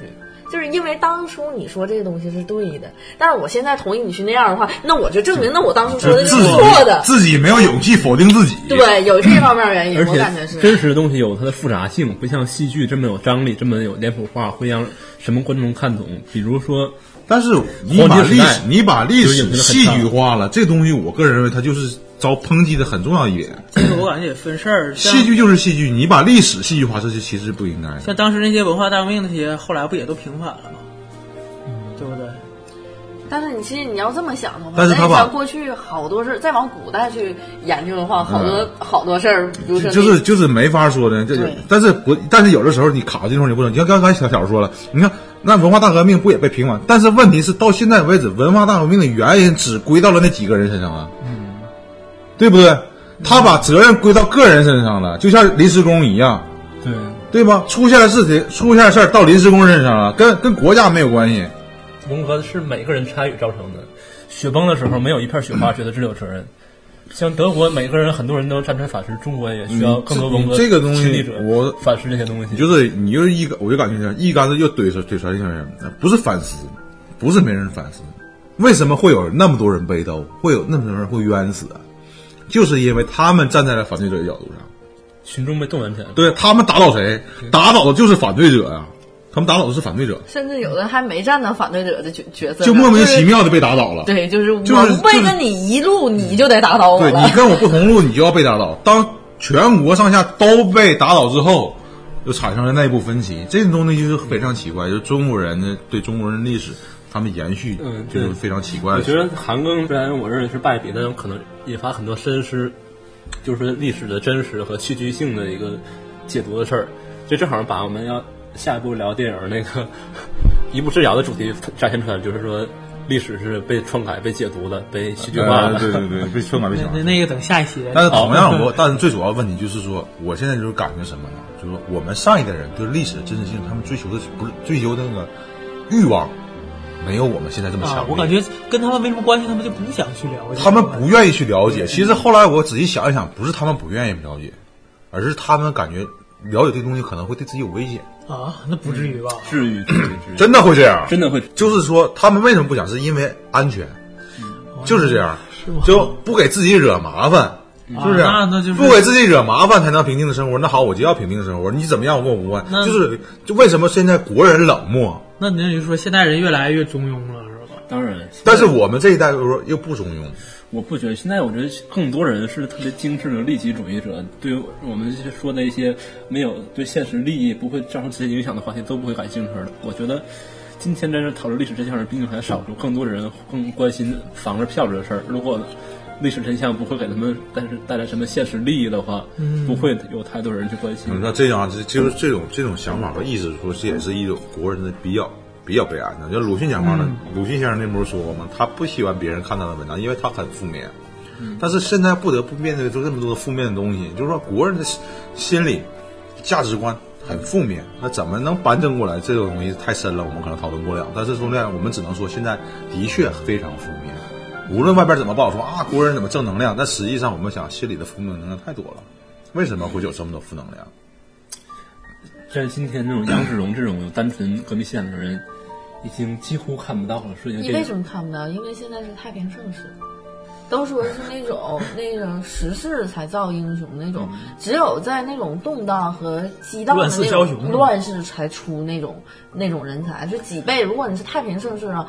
Speaker 10: 就是因为当初你说这个东西是对的，但是我现在同意你去那样的话，那我就证明那我当初说的
Speaker 11: 自
Speaker 10: 是错的
Speaker 11: 己。自己没有勇气否定自己。
Speaker 10: 对，有这方面原因
Speaker 9: 而，
Speaker 10: 哎我感觉
Speaker 9: 且真实的东西有它的复杂性，不像戏剧这么有张力，这么有脸谱化，会让什么观众看懂。比如说，
Speaker 11: 但是你把历史，你把历史戏剧化了，这东西我个人认为它就是遭抨击的很重要一点。
Speaker 1: 这个我感觉也分事儿。
Speaker 10: 啊
Speaker 1: 像
Speaker 11: 戏剧就是戏剧，你把历史戏剧化，这是其实不应该的。
Speaker 1: 像当时那些文化大革命那些，后来不也都平反了吗？对不对？
Speaker 10: 但是你其实你要这么想的话，
Speaker 1: 但是他
Speaker 10: 你
Speaker 1: 把
Speaker 10: 像过去好多事儿，再往古代去研究的话，好多、好多事儿，比如说
Speaker 11: 嗯就是就是没法说的，这
Speaker 10: 对
Speaker 11: 但是不，但是有的时候你卡这种你不能，你像刚才小小说了，你看那文化大革命不也被平反？但是问题是到现在为止，文化大革命的原因只归到了那几个人身上啊，嗯，对不对？他把责任归到个人身上了，就像临时工一样，
Speaker 9: 对，
Speaker 11: 对吧？出现了事情，出现了事儿到临时工身上了，跟跟国家没有关系。
Speaker 9: 我融合是每个人参与造成的。雪崩的时候，没有一片雪花觉得自己有责任。像德国，每个人很多人都站出来反思，中国也需要更多融合
Speaker 11: 你这个东
Speaker 9: 亲历
Speaker 11: 西
Speaker 9: 者，
Speaker 11: 我
Speaker 9: 反思这些东西。
Speaker 11: 你就是你就是一个，我就感觉像一竿子又怼出怼出来一群人，不是反思，不是没人反思，为什么会有那么多人被斗，会有那么多人会冤死啊？就是因为他们站在了反对者的角度上，
Speaker 9: 群众被动员起来。
Speaker 11: 对他们打倒谁，打倒的就是反对者啊，他们打倒的是反对者，
Speaker 10: 甚至有的还没站到反对者的角角色，
Speaker 11: 就莫名其。妙的被打倒了。
Speaker 10: 啊对，就是我
Speaker 11: 就是
Speaker 10: 不会跟你一路，你就得打倒我
Speaker 11: 对
Speaker 10: 了
Speaker 11: 你。跟我不同路，你就要被打倒。当全国上下都被打倒之后，就产生了内部分歧。这种东西就是非常奇怪，就是中国人的对中国人历史，他们延续
Speaker 12: 嗯，
Speaker 11: 就
Speaker 12: 对
Speaker 11: 是非常奇怪
Speaker 12: 我
Speaker 11: 的
Speaker 12: 觉
Speaker 11: 事。
Speaker 12: 得韩庚虽然我认为是败笔，但有可能引发很多深思，就是历史的真实和戏剧性的一个解读的事儿。这正好把我们要下一步聊电影那个 一步之遥的主题展现出来，就是说历史是被篡改、被解读的、被戏剧化的。
Speaker 11: 呃对对 对，被篡改被讲。
Speaker 1: 那那个等下一期。
Speaker 11: 但是同样我，但是最主要的问题就是说，我现在就是感觉什么呢？就是说我们上一代人对历史的真实性，他们追求的是不是追求的那个欲望，没有我们现在这么强
Speaker 1: 啊
Speaker 11: 烈。，
Speaker 1: 我感觉跟他们没什么关系，他们就不想去聊。
Speaker 11: 他们不愿意去了解。其实后来我仔细想一想，不是他们不愿意了解，而是他们感觉了解这东西可能会对自己有危险。
Speaker 1: 啊，那不至于吧？
Speaker 12: 至于，至于
Speaker 11: 真的会这样？
Speaker 12: 真的会？
Speaker 11: 就是说，他们为什么不讲？是因为安全，就是这样，就不给自己惹麻烦。
Speaker 9: 嗯
Speaker 11: 是不是？
Speaker 1: 啊那那就是
Speaker 11: 不给自己惹麻烦才能平静的生活。那好，我就要平静的生活。你怎么样我跟我无关。
Speaker 1: 那
Speaker 11: 就是就为什么现在国人冷漠，
Speaker 1: 那您就说现代人越来越中庸了，是吧？
Speaker 9: 当然，
Speaker 11: 但是我们这一代又说又不中庸。
Speaker 9: 我不觉得，现在我觉得更多人是特别精致的利己主义者，对于我们说的一些没有对现实利益不会造成直接影响的话题都不会感兴趣的。我觉得今天在这讨论历史真相的毕竟还少数，更多的人更关心房子、票子的事儿。如果历史真相不会给他们但是带来什么现实利益的话，
Speaker 11: 嗯
Speaker 9: 不会有太多人去关心。
Speaker 11: 那这样这就是这种这种想法和意识，说这也是一种国人的比较比较悲哀的。就鲁迅讲话呢，鲁迅先生那不是说过吗？他不喜欢别人看他的文章，因为他很负面。但是现在不得不面对就这么多的负面的东西，就是说国人的心心理价值观很负面，那怎么能扳正过来？这种东西太深了，我们可能讨论不了。但是说呢，我们只能说现在的确非常负面。无论外边怎么报说啊，国人怎么正能量，但实际上我们想，心里的负能量太多了。为什么会有这么多负能量？
Speaker 9: 像今天这种杨志荣这种有单纯革命信仰的人，已经几乎看不到了，是因
Speaker 10: 你
Speaker 9: 这
Speaker 10: 为
Speaker 9: 个
Speaker 10: 什么看不到？因为现在是太平盛世，都说是那种那种时势才造英雄那种，只有在那种动荡和激荡
Speaker 1: 嗯
Speaker 10: 的
Speaker 1: 乱世
Speaker 10: 那
Speaker 1: 枭雄
Speaker 10: 种乱世才出那种那种人才，就几倍。如果你是太平盛世啊。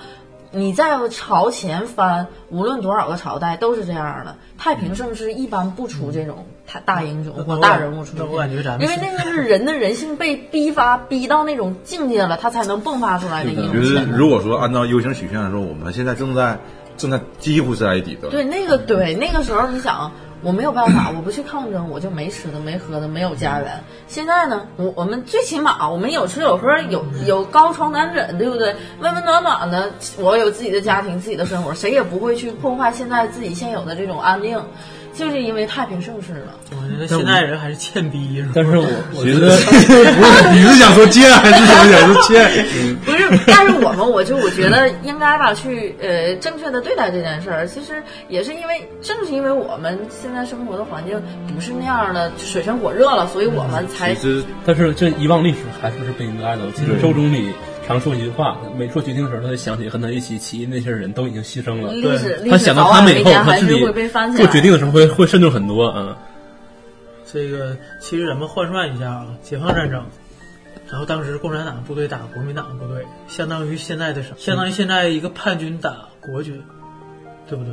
Speaker 10: 你在朝前翻，无论多少个朝代都是这样的。太平盛世一般不出这种大大英雄
Speaker 1: 嗯那
Speaker 10: 和
Speaker 1: 我
Speaker 10: 大人物出
Speaker 1: 那
Speaker 10: 现，
Speaker 1: 我感觉咱们
Speaker 10: 因为 那个是人的人性被逼发逼到那种境界了，他才能迸发出来那英
Speaker 11: 我
Speaker 10: 雄
Speaker 11: 觉
Speaker 10: 气概
Speaker 11: 得，如果说按照 U 型曲线来说，我们现在正在正在几乎是在底端。
Speaker 10: 对，那个对，那个时候你想，我没有办法，我不去抗争，我就没吃的，没喝的，没有家园。现在呢，我我们最起码我们有吃有喝，有有高床暖枕，对不对？温温暖暖的，我有自己的家庭，自己的生活，谁也不会去破坏现在自己现有的这种安定，就是因为太平盛世了。
Speaker 1: 我觉得现代人还是欠逼，是吧？
Speaker 9: 但是我 我
Speaker 11: 其
Speaker 9: 觉
Speaker 11: 实
Speaker 9: 得
Speaker 11: 不是，你是想说贱还是想想说贱？
Speaker 10: 不是，但是我们，我就我觉得应该吧，去呃正确的对待这件事儿。其实也是因为，正是因为我们现在生活的环境不是那样的水深火热了，所以我们才
Speaker 11: 实
Speaker 9: 但是这遗忘历史还是不是不应该的。我记得周总理常说一句话，每做决定的时候，他就想起和他一起起义那些人都已经牺牲了。
Speaker 10: 历史
Speaker 9: 他
Speaker 10: 历史
Speaker 9: 想
Speaker 10: 早
Speaker 9: 到他
Speaker 10: 晚
Speaker 9: 们
Speaker 10: 有
Speaker 9: 以
Speaker 10: 一
Speaker 9: 后，
Speaker 10: 天
Speaker 9: 他
Speaker 10: 还
Speaker 9: 自
Speaker 10: 是
Speaker 9: 己
Speaker 10: 会被翻起
Speaker 9: 做决
Speaker 10: 来。
Speaker 9: 定的时候会会慎重很多。嗯，
Speaker 1: 这个其实咱们换算一下啊，解放战争，然后当时共产党部队打国民党部队，相当于现在的什
Speaker 9: 嗯
Speaker 1: 么？相当于现在一个叛军打国军，对不对？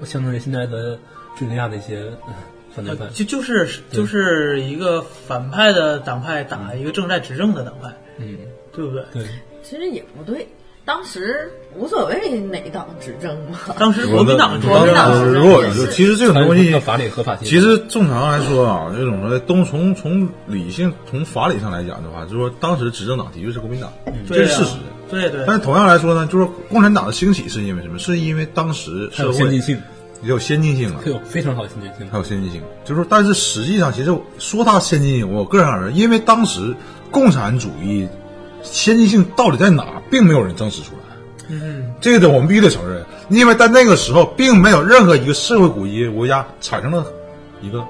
Speaker 9: 我相当于现在的叙利亚那些嗯反对派
Speaker 1: 呃，就就是就是一个反派的党派打一个正在执政的党派，
Speaker 9: 嗯，
Speaker 1: 对不对？
Speaker 9: 对，
Speaker 10: 其实也不对，当时无所谓哪党执政嘛。
Speaker 1: 当时国民党执
Speaker 10: 国民党
Speaker 1: 政，
Speaker 11: 如果就其实这种东西
Speaker 9: 要法理合法性。
Speaker 11: 其实正常来说啊，这种的都从从理性从法理上来讲的话，就是说当时执政党的确是国民党，这
Speaker 1: 对
Speaker 11: 是
Speaker 1: 啊
Speaker 11: 事实。
Speaker 1: 对对
Speaker 11: 但。是同样来说呢，就是共产党的兴起是因为什么？是因为当时
Speaker 9: 它
Speaker 11: 社
Speaker 9: 有先
Speaker 11: 会
Speaker 9: 进性，
Speaker 11: 也有先进性啊
Speaker 9: 它，有非常好的先进性
Speaker 11: 还。有先进性，就是说，但是实际上，其实说它先进性，我个人而言，因为当时共产主义先进性到底在哪儿，并没有人证实出来。
Speaker 1: 嗯，
Speaker 11: 这个我们必须得承认，因为在那个时候，并没有任何一个社会主义国家产生了一个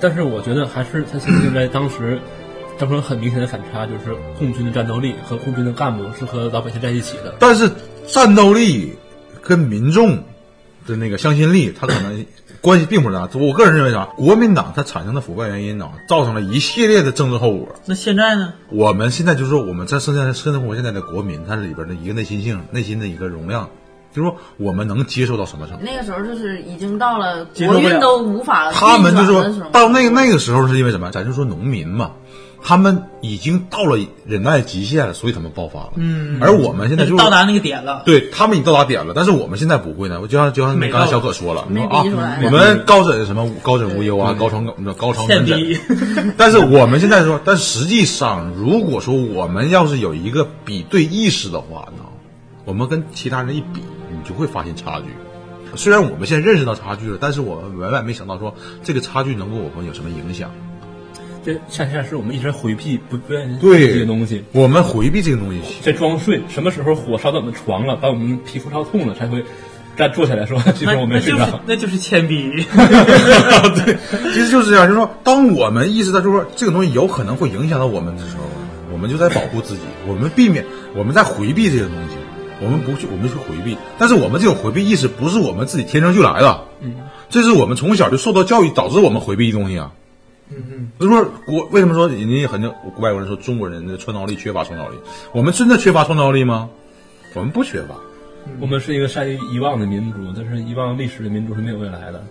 Speaker 9: 但是我觉得还是他现在在当时，造成很明显的反差，就是共军的战斗力和共军的干部是和老百姓在一起的。
Speaker 11: 但是战斗力跟民众的那个相信力，它可能关系并不是大。我个人认为啥，国民党它产生的腐败原因呢，造成了一系列的政治后果。
Speaker 1: 那现在呢？
Speaker 11: 我们现在就是说，我们在现在生活现在的国民，它里边的一个内心性、内心的一个容量，就是说我们能接受到什么程度。
Speaker 10: 那个时候就是已经到了
Speaker 11: 接受
Speaker 10: 国
Speaker 11: 不了
Speaker 10: 运都无法
Speaker 11: 他们就
Speaker 10: 运转的时
Speaker 11: 说
Speaker 10: 候
Speaker 11: 到那个那个时候是因为什么？咱就说农民嘛，他们已经到了忍耐极限了，所以他们爆发了。
Speaker 1: 嗯，
Speaker 11: 而我们现在就是
Speaker 1: 到达那个点了，
Speaker 11: 对他们已经到达点了，但是我们现在不会呢。我就像就像你刚才小可说了，你说啊
Speaker 1: 没逼出来，
Speaker 11: 我们高枕什么高枕无忧啊，高床 高床
Speaker 1: 现
Speaker 11: 温枕。
Speaker 1: 低，
Speaker 11: 但是我们现在说，但实际上，如果说我们要是有一个比对意识的话呢，我们跟其他人一比，你就会发现差距。虽然我们现在认识到差距了，但是我们远远没想到说这个差距能给我们有什么影响。
Speaker 9: 这恰恰是我们一直回避、不不愿意
Speaker 11: 对
Speaker 9: 这个东西。
Speaker 11: 我们回避这个东西，
Speaker 9: 在装睡，什么时候火烧到我们床了，把我们皮肤烧痛了，才会站坐起来说：“这
Speaker 1: 那
Speaker 9: 时候我
Speaker 1: 那
Speaker 9: 没 睡
Speaker 1: 就
Speaker 9: 着。
Speaker 1: 是那就是铅笔，
Speaker 11: 其实就是这样，就是说，当我们意识到，就是说这个东西有可能会影响到我们的时候，我们就在保护自己，我们避免，我们在回避这些东西，我们不去，我们去回避。但是我们这种回避意识不是我们自己天生就来的，嗯，这是我们从小就受到教育导致我们回避的东西啊。
Speaker 1: 嗯
Speaker 11: 所以说国为什么说人家很多外国人说中国人的创造力缺乏创造力？我们真的缺乏创造力吗？我们不缺乏。
Speaker 9: 我们是一个善于遗忘的民族，但是遗忘历史的民族是没有未来的。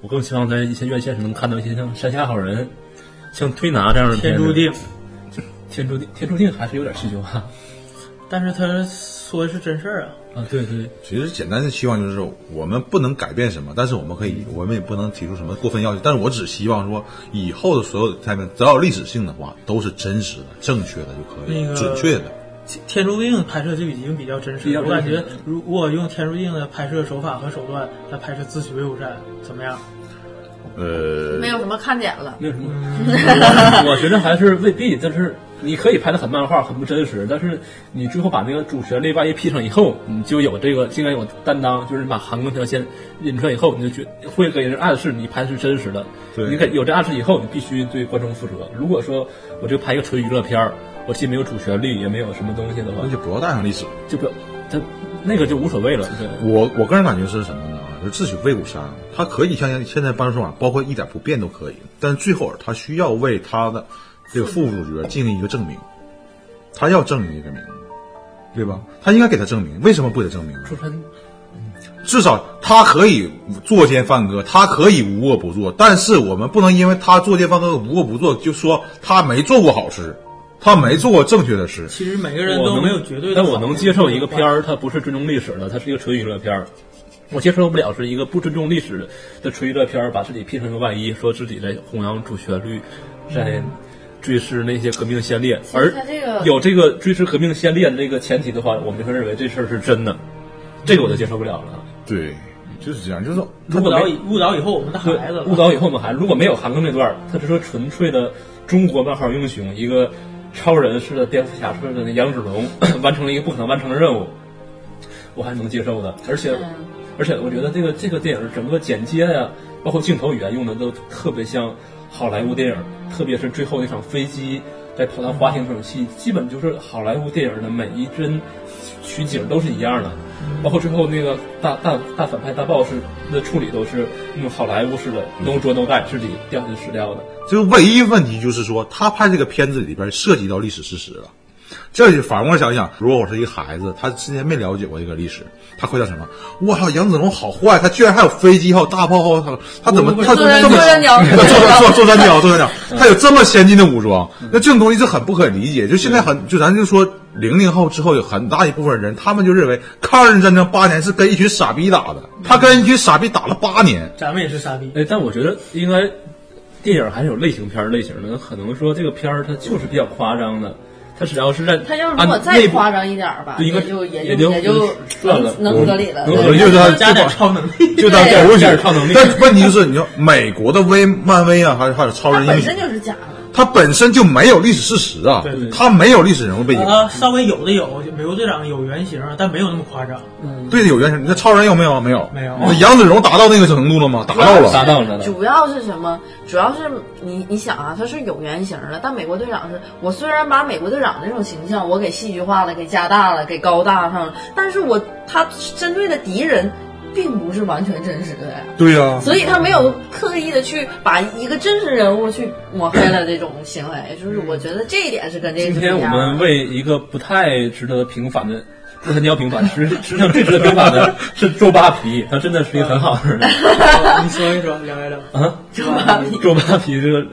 Speaker 9: 我更希望在一些院线上能看到一些像《山下好人》、像《推拿》这样的片
Speaker 1: 天
Speaker 9: 子
Speaker 1: 注定。
Speaker 9: 天注定，天注定还是有点需求啊。
Speaker 1: 但是他说的是真事儿啊，
Speaker 9: 啊，对对，
Speaker 11: 其实简单的期望就是我们不能改变什么，但是我们可以，我们也不能提出什么过分要求。但是我只希望说，以后的所有的开篇，只要有历史性的话，都是真实的、正确的就可以，
Speaker 1: 那个
Speaker 11: 准确的。
Speaker 1: 《天注定》拍摄就已经比较真实
Speaker 9: 比较
Speaker 1: 了，我
Speaker 9: 真实
Speaker 1: 感觉如果用《天注定》的拍摄手法和手段来拍摄《自取威虎山》，怎么样？
Speaker 11: 呃
Speaker 10: 没有什么看点了。
Speaker 9: 没有什么。
Speaker 11: 嗯
Speaker 9: 我我觉得还是未必，但是你可以拍的很漫画，很不真实，但是你最后把那个主旋律万一 P 上以后，你就有这个应该有担当，就是你把韩庚这条线引出来以后，你就觉会给人暗示你拍的是真实的。
Speaker 11: 对
Speaker 9: 你给有这暗示以后，你必须对观众负责。如果说我就拍一个纯娱乐片儿，我既没有主旋律，也没有什么东西的话
Speaker 11: 那，就不要带上历史。
Speaker 9: 就不它那个就无所谓了。对。
Speaker 11: 我我个人感觉是什么呢？啊就是自取威虎山，它可以像现在办事法，包括一点不变都可以，但是最后它需要为它的这个副主角进行一个证明，他要证明这个名字，对吧？他应该给他证明，为什么不给他证明呢？
Speaker 9: 说穿
Speaker 11: 至少他可以作奸犯科，他可以无恶不作，但是我们不能因为他作奸犯科、无恶不作，就说他没做过好事，他没做过正确的事。
Speaker 1: 其实每个人
Speaker 9: 我
Speaker 1: 都
Speaker 9: 能
Speaker 1: 没有绝对的
Speaker 9: 但
Speaker 1: 好，
Speaker 9: 我能接受一个片儿，它不是尊重历史的，它是一个纯娱乐片儿。我接受不了是一个不尊重历史的纯娱乐片儿，把自己拼成一个万一，说自己在弘扬主旋律，在
Speaker 1: 嗯
Speaker 9: 追思那些革命先烈。
Speaker 10: 其
Speaker 9: 而
Speaker 10: 实它这个
Speaker 9: 有这个追思革命先烈的这个前提的话，我们就会认为这事儿是真的，这个我就接受不了了。
Speaker 11: 对，就是这样，就是说
Speaker 9: 如
Speaker 1: 误
Speaker 9: 果
Speaker 1: 导
Speaker 9: 没
Speaker 1: 以误导以后我们的
Speaker 9: 对
Speaker 1: 孩子了，
Speaker 9: 误导以后嘛，还如果没有韩庚那段儿，他就说纯粹的中国漫画英雄，一个超人似的、蝙蝠侠似的杨子龙 完成了一个不可能完成的任务，我还能接受的。而且，而且我觉得这个这个电影整个剪接呀、包括镜头语言用的都特别像好莱坞电影，特别是最后那场飞机在跑道滑行那场戏，基本就是好莱坞电影的每一帧取景都是一样的。
Speaker 10: 嗯
Speaker 9: 包括最后那个大大大反派大 boss 的处理都是那种好莱坞式的，no
Speaker 10: 嗯
Speaker 9: 捉 no 带，自己掉下去死掉的。
Speaker 11: 这个唯一问题就是说，他拍这个片子里边涉及到历史事实了。这就反过来想一想，如果我是一个孩子，他之前没了解过这个历史，他会叫什么？我操，杨子龙好坏，他居然还有飞机，还有大炮，还有他他怎么他
Speaker 10: 坐山
Speaker 11: 这么
Speaker 10: 坐山鸟
Speaker 11: 对坐山坐坐山鸟坐 山鸟，他有这么先进的武装，那这种东西是很不可理解。就现在很就咱就说零零后之后有很大一部分人，他们就认为抗日战争八年是跟一群傻逼打的，他跟一群傻逼打了八年，
Speaker 1: 咱们也是傻逼，
Speaker 9: 哎，但我觉得应该电影还是有类型片儿类型的，可能说这个片儿它就是比较夸张的，它只要是在
Speaker 10: 他要如果
Speaker 9: 按
Speaker 10: 再
Speaker 9: 啊内部
Speaker 10: 夸张一点儿吧，
Speaker 9: 对应该
Speaker 10: 也就也
Speaker 9: 也
Speaker 10: 就
Speaker 9: 就
Speaker 10: 也就
Speaker 9: 算了
Speaker 10: 能能合理了。
Speaker 9: 能
Speaker 10: 对
Speaker 9: 合理
Speaker 11: 就是他
Speaker 1: 加点超能力，
Speaker 11: 就当
Speaker 10: 对
Speaker 11: 狗血
Speaker 9: 有点超能力
Speaker 11: 但问题就是，你说美国的威漫威啊，还有还有超
Speaker 10: 它
Speaker 11: 人
Speaker 10: 本
Speaker 11: 英
Speaker 10: 身
Speaker 11: 雄，
Speaker 10: 就是假的，
Speaker 11: 它本身就没有历史事实啊，它没有历史人物背景。
Speaker 1: 啊，稍微有的有，就美国队长有原型，啊但没有那么夸张。嗯，
Speaker 11: 对，有原神。那超人有没啊有？没有，没
Speaker 1: 有
Speaker 11: 那杨子荣达到那个程度了吗？达到
Speaker 9: 啊
Speaker 11: 了，
Speaker 10: 主要是什么？主要是你你想啊，他是有原型的，但美国队长是我虽然把美国队长这种形象我给戏剧化了，给加大了，给高大上了，但是我他针对的敌人并不是完全真实的呀。
Speaker 11: 对啊呀、
Speaker 10: 所以他没有刻意的去把一个真实人物去抹黑了这种行为，就是我觉得这一点是跟这个
Speaker 9: 嗯今
Speaker 10: 不
Speaker 9: 天
Speaker 10: 一
Speaker 9: 我
Speaker 10: 样
Speaker 9: 们
Speaker 10: 的。
Speaker 9: 为一个不太值得平反的。不是你要平反，实 实际上最值得平反的是周扒皮，他真的是一个很好的 人。
Speaker 1: 你说一说，聊一聊。
Speaker 9: 啊，
Speaker 10: 周扒皮，
Speaker 9: 周扒皮这个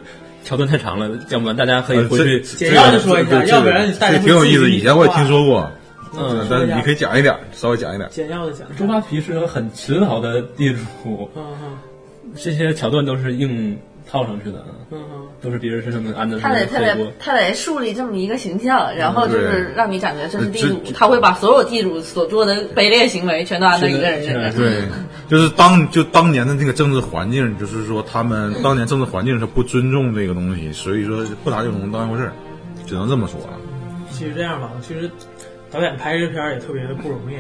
Speaker 9: 桥段太长了，要不然大家可以回去
Speaker 11: 这简要地说一下
Speaker 9: 这个
Speaker 1: 要不然大家
Speaker 11: 这
Speaker 1: 会
Speaker 11: 挺有意
Speaker 1: 自
Speaker 11: 思。
Speaker 1: 己
Speaker 11: 以前我也听说过，
Speaker 9: 嗯
Speaker 11: 但是你可以讲一点，稍微讲一点。
Speaker 1: 简要的讲。
Speaker 9: 周扒皮是个很勤劳的地主，
Speaker 1: 嗯嗯
Speaker 9: 这些桥段都是硬套上去的，
Speaker 1: 嗯嗯，
Speaker 9: 都是别人身上安的
Speaker 10: 他得
Speaker 9: 很
Speaker 10: 他得
Speaker 9: 多。
Speaker 10: 他得树立这么一个形象，然后就是
Speaker 9: 对
Speaker 10: 让你感觉这是地
Speaker 11: 这
Speaker 10: 主，他会把所有地主所做的卑劣行为全都安到一个人身上。
Speaker 11: 对，就是当就当年的那个政治环境，就是说他们当年政治环境是不尊重这个东西，所以说不拿这种东西当一回事儿，只能这么说啊。
Speaker 1: 其实这样吧，其实导演拍这片儿也特别的不容易。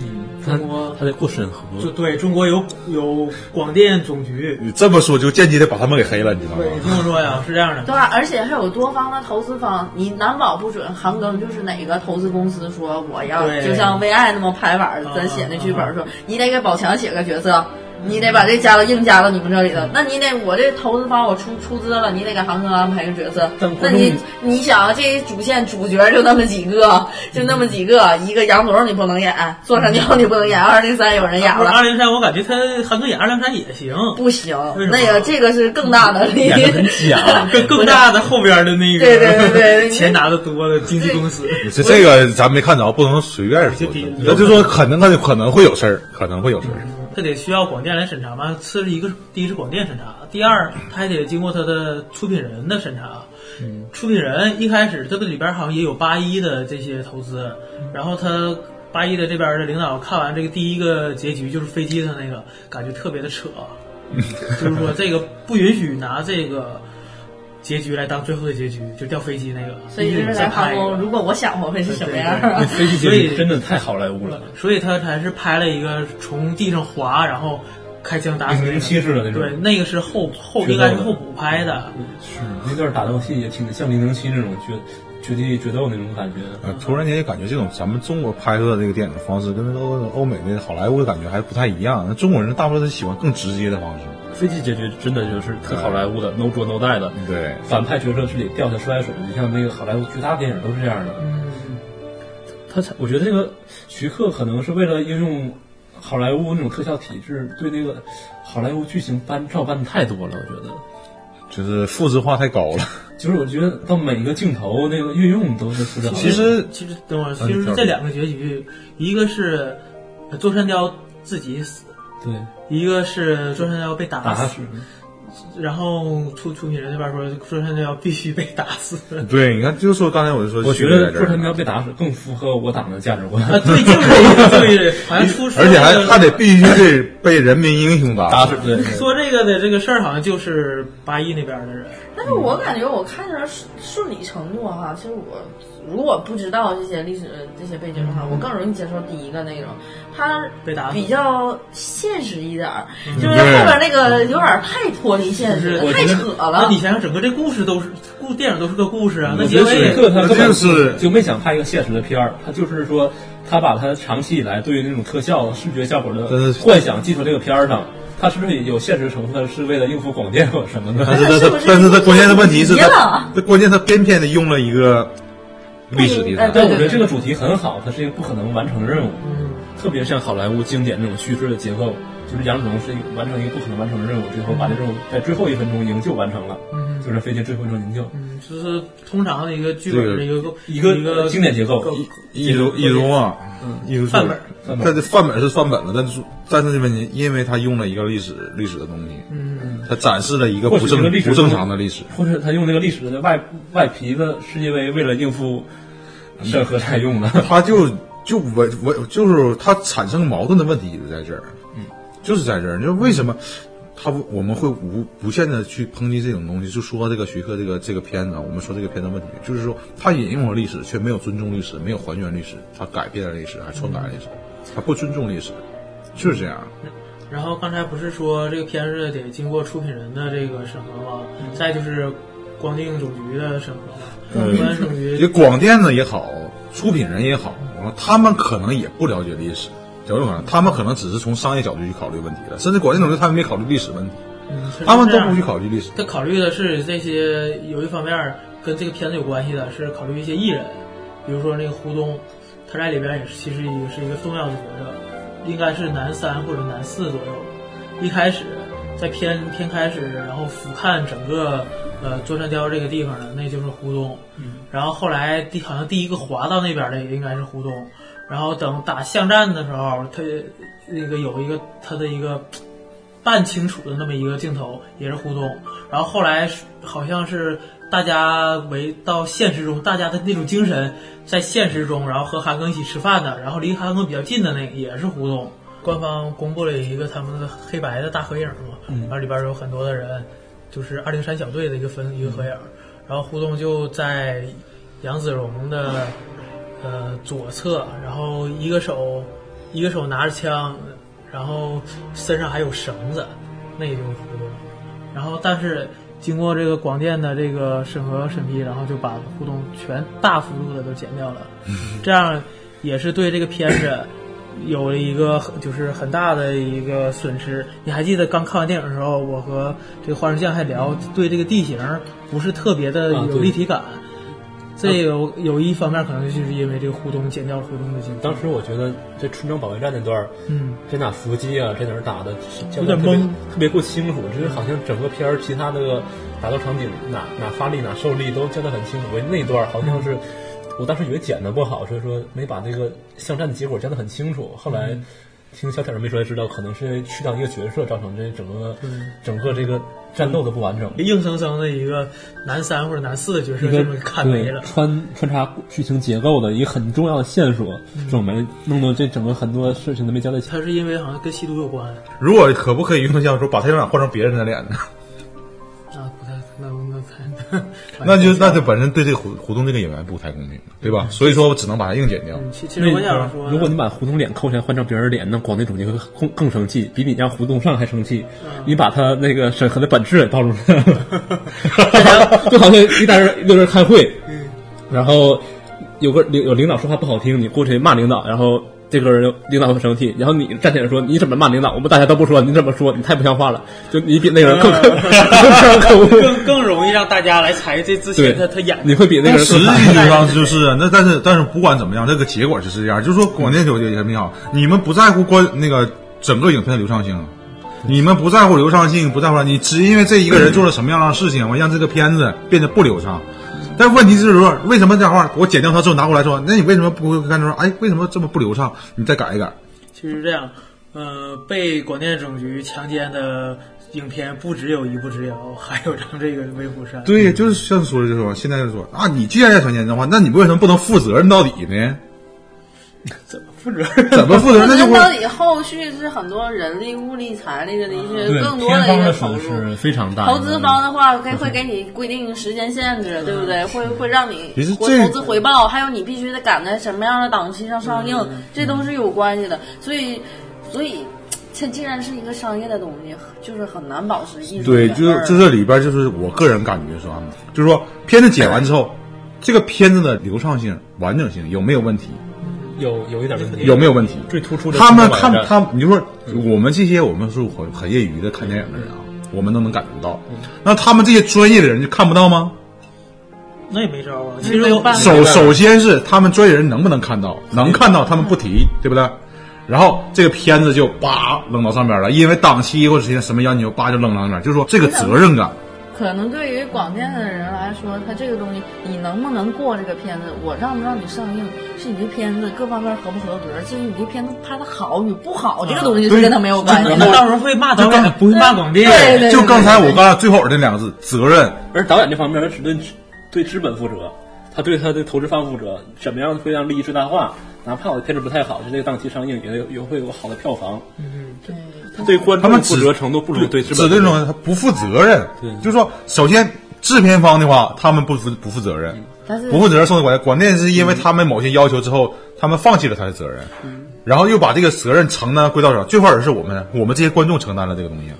Speaker 9: 嗯，
Speaker 1: 中国
Speaker 9: 他得过审核
Speaker 1: 就对中国有有广电总局。
Speaker 11: 你这么说就间接的把他们给黑了，你知道
Speaker 1: 对，你听我
Speaker 11: 吗？
Speaker 1: 说呀，是这样的。
Speaker 10: 对吧？而且还有多方的投资方，你难保不准韩庚就是哪个投资公司说我要
Speaker 1: 对嗯
Speaker 10: 就像为爱那么拍板儿，咱写那剧本儿说你得给宝强写个角色，你得把这加到硬加到你们这里头，那你得我这投资方我出出资了，你得给韩庚安排个角色
Speaker 9: 但，
Speaker 10: 那
Speaker 9: 观众
Speaker 10: 你你想这主线主角就那么几个，就那么几个，一个羊驼你不能演，坐上吊你不能演，二零三有人演
Speaker 1: 不是
Speaker 10: 了
Speaker 1: 嗯二。零三，我感觉他韩庚演二零三也行，
Speaker 10: 不行
Speaker 1: 为什，么
Speaker 10: 那个这个是更大的利益，
Speaker 1: 假，更更大的后边的那个，
Speaker 10: 对对对 对
Speaker 1: 钱拿的多的经纪公司，
Speaker 11: 这这个咱没看着，不能随便说。那就说可能可可能会有事儿，可能会有事儿。
Speaker 1: 他得需要广电来审查嘛。次是一个，第一是广电审查，第二他还得经过他的出品人的审查。出品人一开始这个里边好像也有八一的这些投资，然后他八一的这边的领导看完这个第一个结局就是飞机的那个，感觉特别的扯，就是说这个不允许拿这个结局来当最后的结局，就掉飞机那个，
Speaker 10: 所以
Speaker 1: 必须
Speaker 10: 就
Speaker 1: 得
Speaker 10: 是来
Speaker 1: 再
Speaker 10: 航
Speaker 1: 拍一个
Speaker 10: 空，如果我想我会是什么样
Speaker 1: 对对
Speaker 10: 啊？
Speaker 9: 飞机
Speaker 1: 所以
Speaker 9: 真的太好莱坞了，
Speaker 1: 所以他才是拍了一个从地上滑，然后开枪打死那个
Speaker 9: 零零七式的那种
Speaker 1: 对，那个是后后应该是后补拍的。
Speaker 9: 是那段打斗戏也挺像零零七那种绝绝地决斗那种感觉。
Speaker 11: 呃，突然间就感觉这种咱们中国拍摄的这个电影的方式，跟欧欧美的好莱坞的感觉还不太一样。那中国人大部分是喜欢更直接的方式。
Speaker 9: 飞机结局真的就是特好莱坞的，no 着 no die 的。
Speaker 11: 对，
Speaker 9: 嗯反派角色是得掉下摔水，你像那个好莱坞其他电影都是这样的。嗯
Speaker 1: 嗯
Speaker 9: 他才，我觉得这个徐克可能是为了应用好莱坞那种特效体制，对那个好莱坞剧情搬照搬得太多了。我觉得，
Speaker 11: 就是复制化太高了。
Speaker 9: 就是我觉得到每一个镜头那个运用都是复制好的。
Speaker 1: 其实其实等会儿，其实这两个结局，一个是呃座山雕自己死，
Speaker 9: 对
Speaker 1: 一个是座山雕被打
Speaker 9: 打
Speaker 1: 死。然后出出品人那边说，座山雕必须被打死。
Speaker 11: 对，你看，就说刚才我就说，
Speaker 9: 我觉
Speaker 11: 区别
Speaker 9: 得
Speaker 11: 在这
Speaker 9: 座
Speaker 11: 儿
Speaker 9: 山雕被打死更符合我党的价值观。
Speaker 1: 啊对就是这个对好像出
Speaker 11: 而且还还得必须得被人民英雄打
Speaker 9: 打死对
Speaker 1: 说这个的这个事儿，好像就是八一那边的人。
Speaker 10: 但是我感觉我看着顺顺理成诺哈、其实我如果不知道这些历史呃这些背景的话，我更容易接受第一个那种，它
Speaker 1: 嗯被打死
Speaker 10: 比较现实一点儿，
Speaker 1: 嗯
Speaker 10: 就是后
Speaker 1: 对
Speaker 10: 边那个有点太脱离现实
Speaker 1: 我
Speaker 10: 了，太
Speaker 1: 觉得
Speaker 10: 扯了
Speaker 1: 那啊你。想想，整个这故事都是故电影都是个故事啊，那
Speaker 9: 我
Speaker 1: 结
Speaker 9: 觉得
Speaker 1: 尾
Speaker 9: 徐克他根
Speaker 1: 就
Speaker 9: 本就没想拍一个现实的片儿，他就是说他把他长期以来对于那种特效、视觉效果的幻想寄托这个片儿上。他是不是有现实成分？是为了应付广电或什么的？
Speaker 11: 但是他他但是他关键的问题是他，他关键他偏偏的用了一个历史题材。
Speaker 9: 但我觉得这个主题很好，它是一个不可能完成的任务，特别像好莱坞经典那种叙事的结构，就是杨子荣是一个完成一个不可能完成的任务之后，把这任务在最后一分钟营救完成了，
Speaker 1: 嗯
Speaker 9: 就是飞机最后一分钟营救，
Speaker 1: 就是通常的一个剧本的一个
Speaker 9: 一个
Speaker 1: 一个
Speaker 9: 经典结构
Speaker 11: 一如一如啊，一如
Speaker 1: 范本
Speaker 9: 嗯范本
Speaker 11: 但这范本是范本了，但是但是问题，因为他用了一个历史历史的东西，
Speaker 1: 嗯，
Speaker 11: 他展示了一个
Speaker 9: 或
Speaker 11: 不
Speaker 9: 许
Speaker 11: 正
Speaker 9: 这个历史
Speaker 11: 不正常的历史。
Speaker 9: 或者他用那个历史的外外皮的世界杯，为了应付
Speaker 11: 嗯
Speaker 9: 审核才 用的。
Speaker 11: 他就就我我就是他产生矛盾的问题就在这儿，嗯，就是在这儿，就是为什么他不我们会无无限的去抨击这种东西，就说这个徐克这个这个片子啊，我们说这个片子问题，就是说他引用了历史，却没有尊重历史，没有还原历史，他改变了历史，还篡改了历史，他不尊重历史，就是这样。
Speaker 1: 然后刚才不是说这个片子得经过出品人的这个审核吗？
Speaker 9: 嗯
Speaker 1: 再就是光电总局的审核嘛。
Speaker 11: 嗯
Speaker 1: 光电总局
Speaker 11: 也广电呢也好，出品人也好，然后他们可能也不了解历史，有可能他们可能只是从商业角度去考虑问题了，甚至广电总局他们没考虑历史问题，
Speaker 1: 嗯是
Speaker 11: 他们都
Speaker 1: 这样
Speaker 11: 不去考虑历史。
Speaker 1: 他考虑的是这些，有一方面儿跟这个片子有关系的是考虑一些艺人，比如说那个胡东，他在里边也是其实也是一个重要的角色，应该是男三或者男四左右。一开始在片片开始，然后俯瞰整个呃座山雕这个地方的，那就是胡东。然后后来第好像第一个滑到那边的也应该是胡东，然后等打巷战的时候，他那个有一个他的一个半清楚的那么一个镜头，也是胡东。然后后来是好像是大家围到现实中，大家的那种精神在现实中，然后和韩庚一起吃饭的，然后离韩庚比较近的那个也是胡东。官方公布了一个他们的黑白的大合影嘛，
Speaker 9: 嗯
Speaker 1: 然后里边有很多的人，就是二零三小队的一个分一个合影，然后胡东就在杨子荣的呃左侧，然后一个手一个手拿着枪，然后身上还有绳子，那就是胡东。然后但是经过这个广电的这个审核审批，然后就把胡东全大幅度的都剪掉了，
Speaker 12: 嗯
Speaker 1: 这样也是对这个片子有了一个很就是很大的一个损失。你还记得刚看完电影的时候，我和这个花生酱还聊，对这个地形不是特别的
Speaker 12: 啊
Speaker 1: 有
Speaker 12: 对
Speaker 1: 立体感。这有有一方面可能就是因为这个胡东剪掉了胡东的镜头。
Speaker 12: 当时我觉得这春城保卫战那段儿，
Speaker 1: 嗯，
Speaker 12: 这哪伏击啊，这哪儿打的，
Speaker 1: 有点
Speaker 12: 特别
Speaker 1: 懵
Speaker 12: 特别不清楚，就是好像整个片儿其他的打斗场景哪哪发力哪受力都交代很清楚，唯那段儿好
Speaker 9: 嗯
Speaker 12: 像是。我当时以为剪的不好，所以说没把这个巷战的结果讲得很清楚。后来
Speaker 9: 嗯
Speaker 12: 听小铁儿没说，才知道可能是因为去掉一个角色，造成这整个
Speaker 1: 嗯
Speaker 12: 整个这个战斗的不完整。
Speaker 1: 硬生生的一个男三或者男四的角色
Speaker 9: 一
Speaker 1: 这
Speaker 9: 个
Speaker 1: 么看没了
Speaker 9: 对。穿穿插剧情结构的一个很重要的线索，
Speaker 1: 嗯
Speaker 9: 这种没弄得这整个很多事情都没交代清。
Speaker 1: 他是因为好像跟吸毒有关
Speaker 11: 如果可不可以用像说把太阳眼换成别人的脸 呢？
Speaker 1: 啊，不太那那太
Speaker 11: 那就那就本身对这个胡胡东这个演员不太公平，对吧？所以说我只能把它硬剪掉。
Speaker 1: 其其实我想说，
Speaker 9: 如果你把胡同脸扣下来换成别人脸，那广电总局会更更生气，比你让胡同上还生气。
Speaker 10: 嗯
Speaker 9: 你把他那个审核的本质也暴露出来了， 就好像一大人六人开会，
Speaker 10: 嗯
Speaker 9: 然后有个领有领导说话不好听，你过去骂领导，然后这个人领导会生气，然后你站起来说你怎么骂领导？我们大家都不说，你怎么说？你太不像话了，就你比那个人
Speaker 10: 嗯
Speaker 9: 更更 更可恶。
Speaker 1: 更更容易让大家来猜这之前他他演的
Speaker 9: 你会比那个人
Speaker 11: 实
Speaker 9: 更惨
Speaker 11: 际 上就是啊，那但是但是不管怎么样，这个结果就是这样。就是说广电九也挺好，你们不在乎观那个整个影片的流畅性，你们不在乎流畅性，不在乎你只因为这一个人做了什么样的事情，我让这个片子变得不流畅。但问题就是说，为什么这话我剪掉它之后拿过来说，那你为什么不会干说，哎，为什么这么不流畅？你再改一改。
Speaker 1: 其实这样，呃，被广电总局强奸的影片不只有一步之遥，还有张这个微服山。
Speaker 12: 嗯
Speaker 11: 对，就是像说的就是说，现在就是说啊，你既然要强奸的话， 那你为什么不能负责任到底 呢？
Speaker 1: 负责
Speaker 11: 怎么负责任？那就
Speaker 10: 能
Speaker 11: 会
Speaker 10: 到底后续是很多人力、物力、财力的一
Speaker 1: 嗯
Speaker 10: 些
Speaker 9: 对
Speaker 10: 更多
Speaker 9: 片
Speaker 10: 一
Speaker 9: 方
Speaker 10: 个
Speaker 9: 的
Speaker 10: 投
Speaker 9: 损
Speaker 10: 入。
Speaker 9: 失非常大。
Speaker 10: 投资方的话，可以会给你规定时间限制，对不对？会会让你
Speaker 9: 其实
Speaker 10: 投
Speaker 9: 这
Speaker 10: 投资回报，还有你必须得赶在什么样的档期上上映，这都是有关系的。所以，所以，这既然是一个商业的东西，就是很难保持一
Speaker 11: 对，就是就这里边就是我个人感觉是啊，就是说片子剪完之后，这个片子的流畅性、完整性有没有问题？
Speaker 12: 有有一点问题，
Speaker 11: 有没有问题？
Speaker 12: 最突出的
Speaker 11: 他们
Speaker 12: 春城保
Speaker 11: 看
Speaker 12: 卫战
Speaker 11: 他，你就说
Speaker 12: 嗯
Speaker 11: 我们这些我们是很很业余的看电影的人啊，我们都能感觉到。
Speaker 12: 嗯
Speaker 11: 那他们这些专业的人就看不到吗？
Speaker 1: 那也没招啊。其实有办法。
Speaker 11: 首首先是他们专业人能不能看到？能看到，他们不提，
Speaker 10: 嗯
Speaker 11: 对不对？然后这个片子就叭扔到上边了，因为档期或者是什么要求，叭就扔到上边，就是说这个责任感。
Speaker 10: 可能对于广电的人来说，他这个东西，你能不能过这个片子，我让不让你上映，是你这片子各方面合不合格，至于你这片子拍的好与不好，这个东西是跟他没有关系的。
Speaker 1: 到时候会骂导演，不会骂广电。
Speaker 10: 对对
Speaker 11: 就刚才我刚才最后那两个字责任，
Speaker 12: 而导演这方面，他只对对资本负责，他对他的投资发布者怎么样会让利益最大化，哪怕我的片子不太好，就这个档期上映也有也会有好的票房。
Speaker 1: 嗯，
Speaker 12: 对，他对观
Speaker 11: 他
Speaker 12: 众
Speaker 11: 们
Speaker 12: 负
Speaker 11: 指
Speaker 12: 责程度不如对
Speaker 11: 指
Speaker 12: 制本
Speaker 11: 这
Speaker 12: 的人
Speaker 11: 种他不负责任，
Speaker 12: 对
Speaker 11: 就是说，首先制片方的话，他们不负不负责任，
Speaker 10: 嗯但是嗯
Speaker 11: 不负责任受到关键，关键是因为他们某些要求之后，他们放弃了他的责任，然后又把这个责任承担归到谁？最后也是我们，我们这些观众承担了这个东西。
Speaker 12: 嗯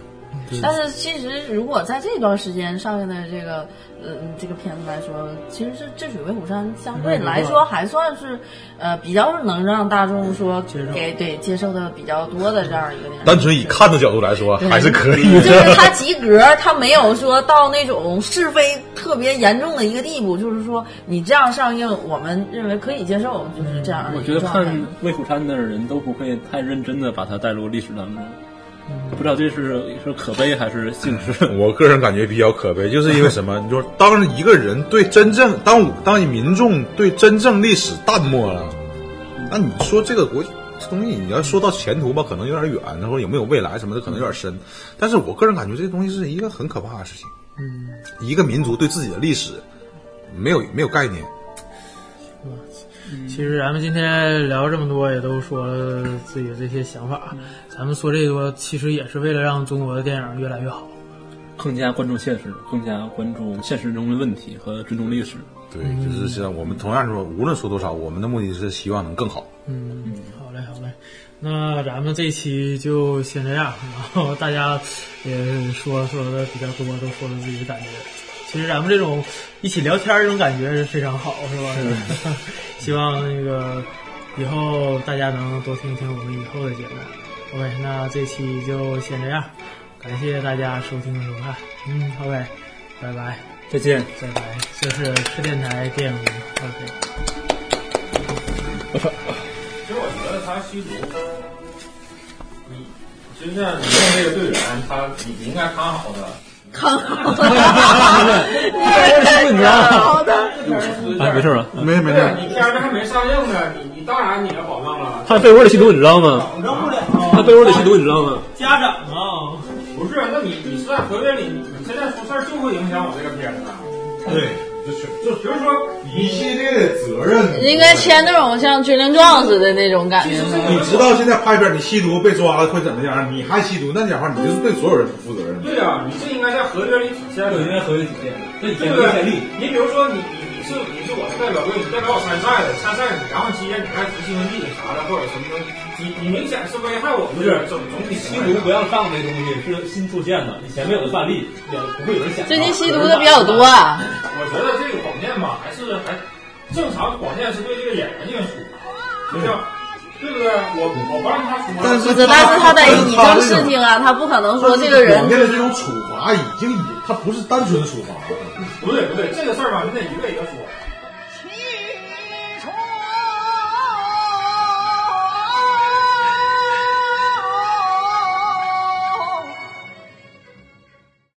Speaker 10: 但是其实如果在这段时间上映的这个，嗯，这个片子来说，其实是《智取威虎山》相对来说还算是，呃，比较能让大众说给对接受的比较多的这样一个电影。
Speaker 11: 单纯以看的角度来说，还是可以
Speaker 10: 就
Speaker 11: 的
Speaker 10: 是。他及格，他没有说到那种是非特别严重的一个地步，就是说你这样上映，我们认为可以接受，就是这样的
Speaker 12: 嗯我
Speaker 10: 一
Speaker 12: 觉得
Speaker 10: 个状态。
Speaker 12: 看《魏虎山》的人都不会太认真的把它带入历史当中，不知道这是是可悲还是幸事。
Speaker 11: 我个人感觉比较可悲，就是因为什么？你说，当一个人对真正当我当民众对真正历史淡漠了，那你说这个国这东西，你要说到前途吧，可能有点远，然后有没有未来什么的，可能有点深。但是我个人感觉这东西是一个很可怕的事情。
Speaker 1: 嗯，
Speaker 11: 一个民族对自己的历史没有没有概念，
Speaker 1: 其实咱们今天聊这么多，也都说了自己的这些想法。咱们说这多，其实也是为了让中国的电影越来越好。
Speaker 12: 更加关注现实，更加关注现实中的问题和尊重历史。
Speaker 11: 对，就是像我们同样说，无论说多少，我们的目的是希望能更好。
Speaker 1: 嗯，好嘞，好嘞。那咱们这期就先这样，然后大家也说说的比较多，都说了自己的感觉。其实咱们这种一起聊天儿这种感觉是非常好，是吧？ 希望那个以后大家能多听听我们以后的节目。OK，那这期就先这样，感谢大家收听和收看。嗯，OK，拜拜，
Speaker 9: 再见，
Speaker 1: 拜拜。这是赤电台电影 OK。
Speaker 13: 其实我觉得他吸毒，你其实像你用这个队员，他你应该看好的。
Speaker 10: 看好
Speaker 13: 的，
Speaker 10: 你看好的
Speaker 9: 哎没事吧没没事
Speaker 13: 对你片子还没上映呢，你你当然你也保障了。
Speaker 9: 他被窝里吸毒，你知道吗？他被窝里吸毒，你知道吗？
Speaker 1: 家长啊，
Speaker 13: 不是，那你你是在合约里，你你现在出事儿就会影响我这个片子。
Speaker 11: 对，
Speaker 13: 就是就比如说
Speaker 11: 一系列的责任
Speaker 10: 应该签那种像军令状似的那种感觉吗？
Speaker 11: 你知道现在拍片，你吸毒被抓了会怎么样？你还吸毒，那家伙你就是对所有人不负责任。
Speaker 13: 对呀、你这应该在合约里体现的，
Speaker 11: 对应该合约
Speaker 13: 体现的，
Speaker 11: 这以
Speaker 13: 对
Speaker 11: 前
Speaker 13: 不
Speaker 11: 没
Speaker 13: 对
Speaker 11: 建立？
Speaker 13: 你比如说你你你是你是我的代表队，你代表我参赛的，参赛你然后期间你还服兴奋剂啥的或者什么东西，你你明显是危害我们的总总体
Speaker 9: 吸
Speaker 13: 行为
Speaker 9: 毒不让上这东西是新出现的，以前没有的范例，也不会有人想到。
Speaker 10: 最近吸毒的比较多啊。
Speaker 13: 我觉得这个广电吧，还是还正常，广电是对这个演员进行处罚，就像对不对？我我不让他出，
Speaker 10: 不是，但是他 得以正视听啊，他不可能说这个人
Speaker 11: 广电的这种处罚已经已，它不是单纯的处罚，
Speaker 13: 不对不对，这个事儿吧，你得一个一个说。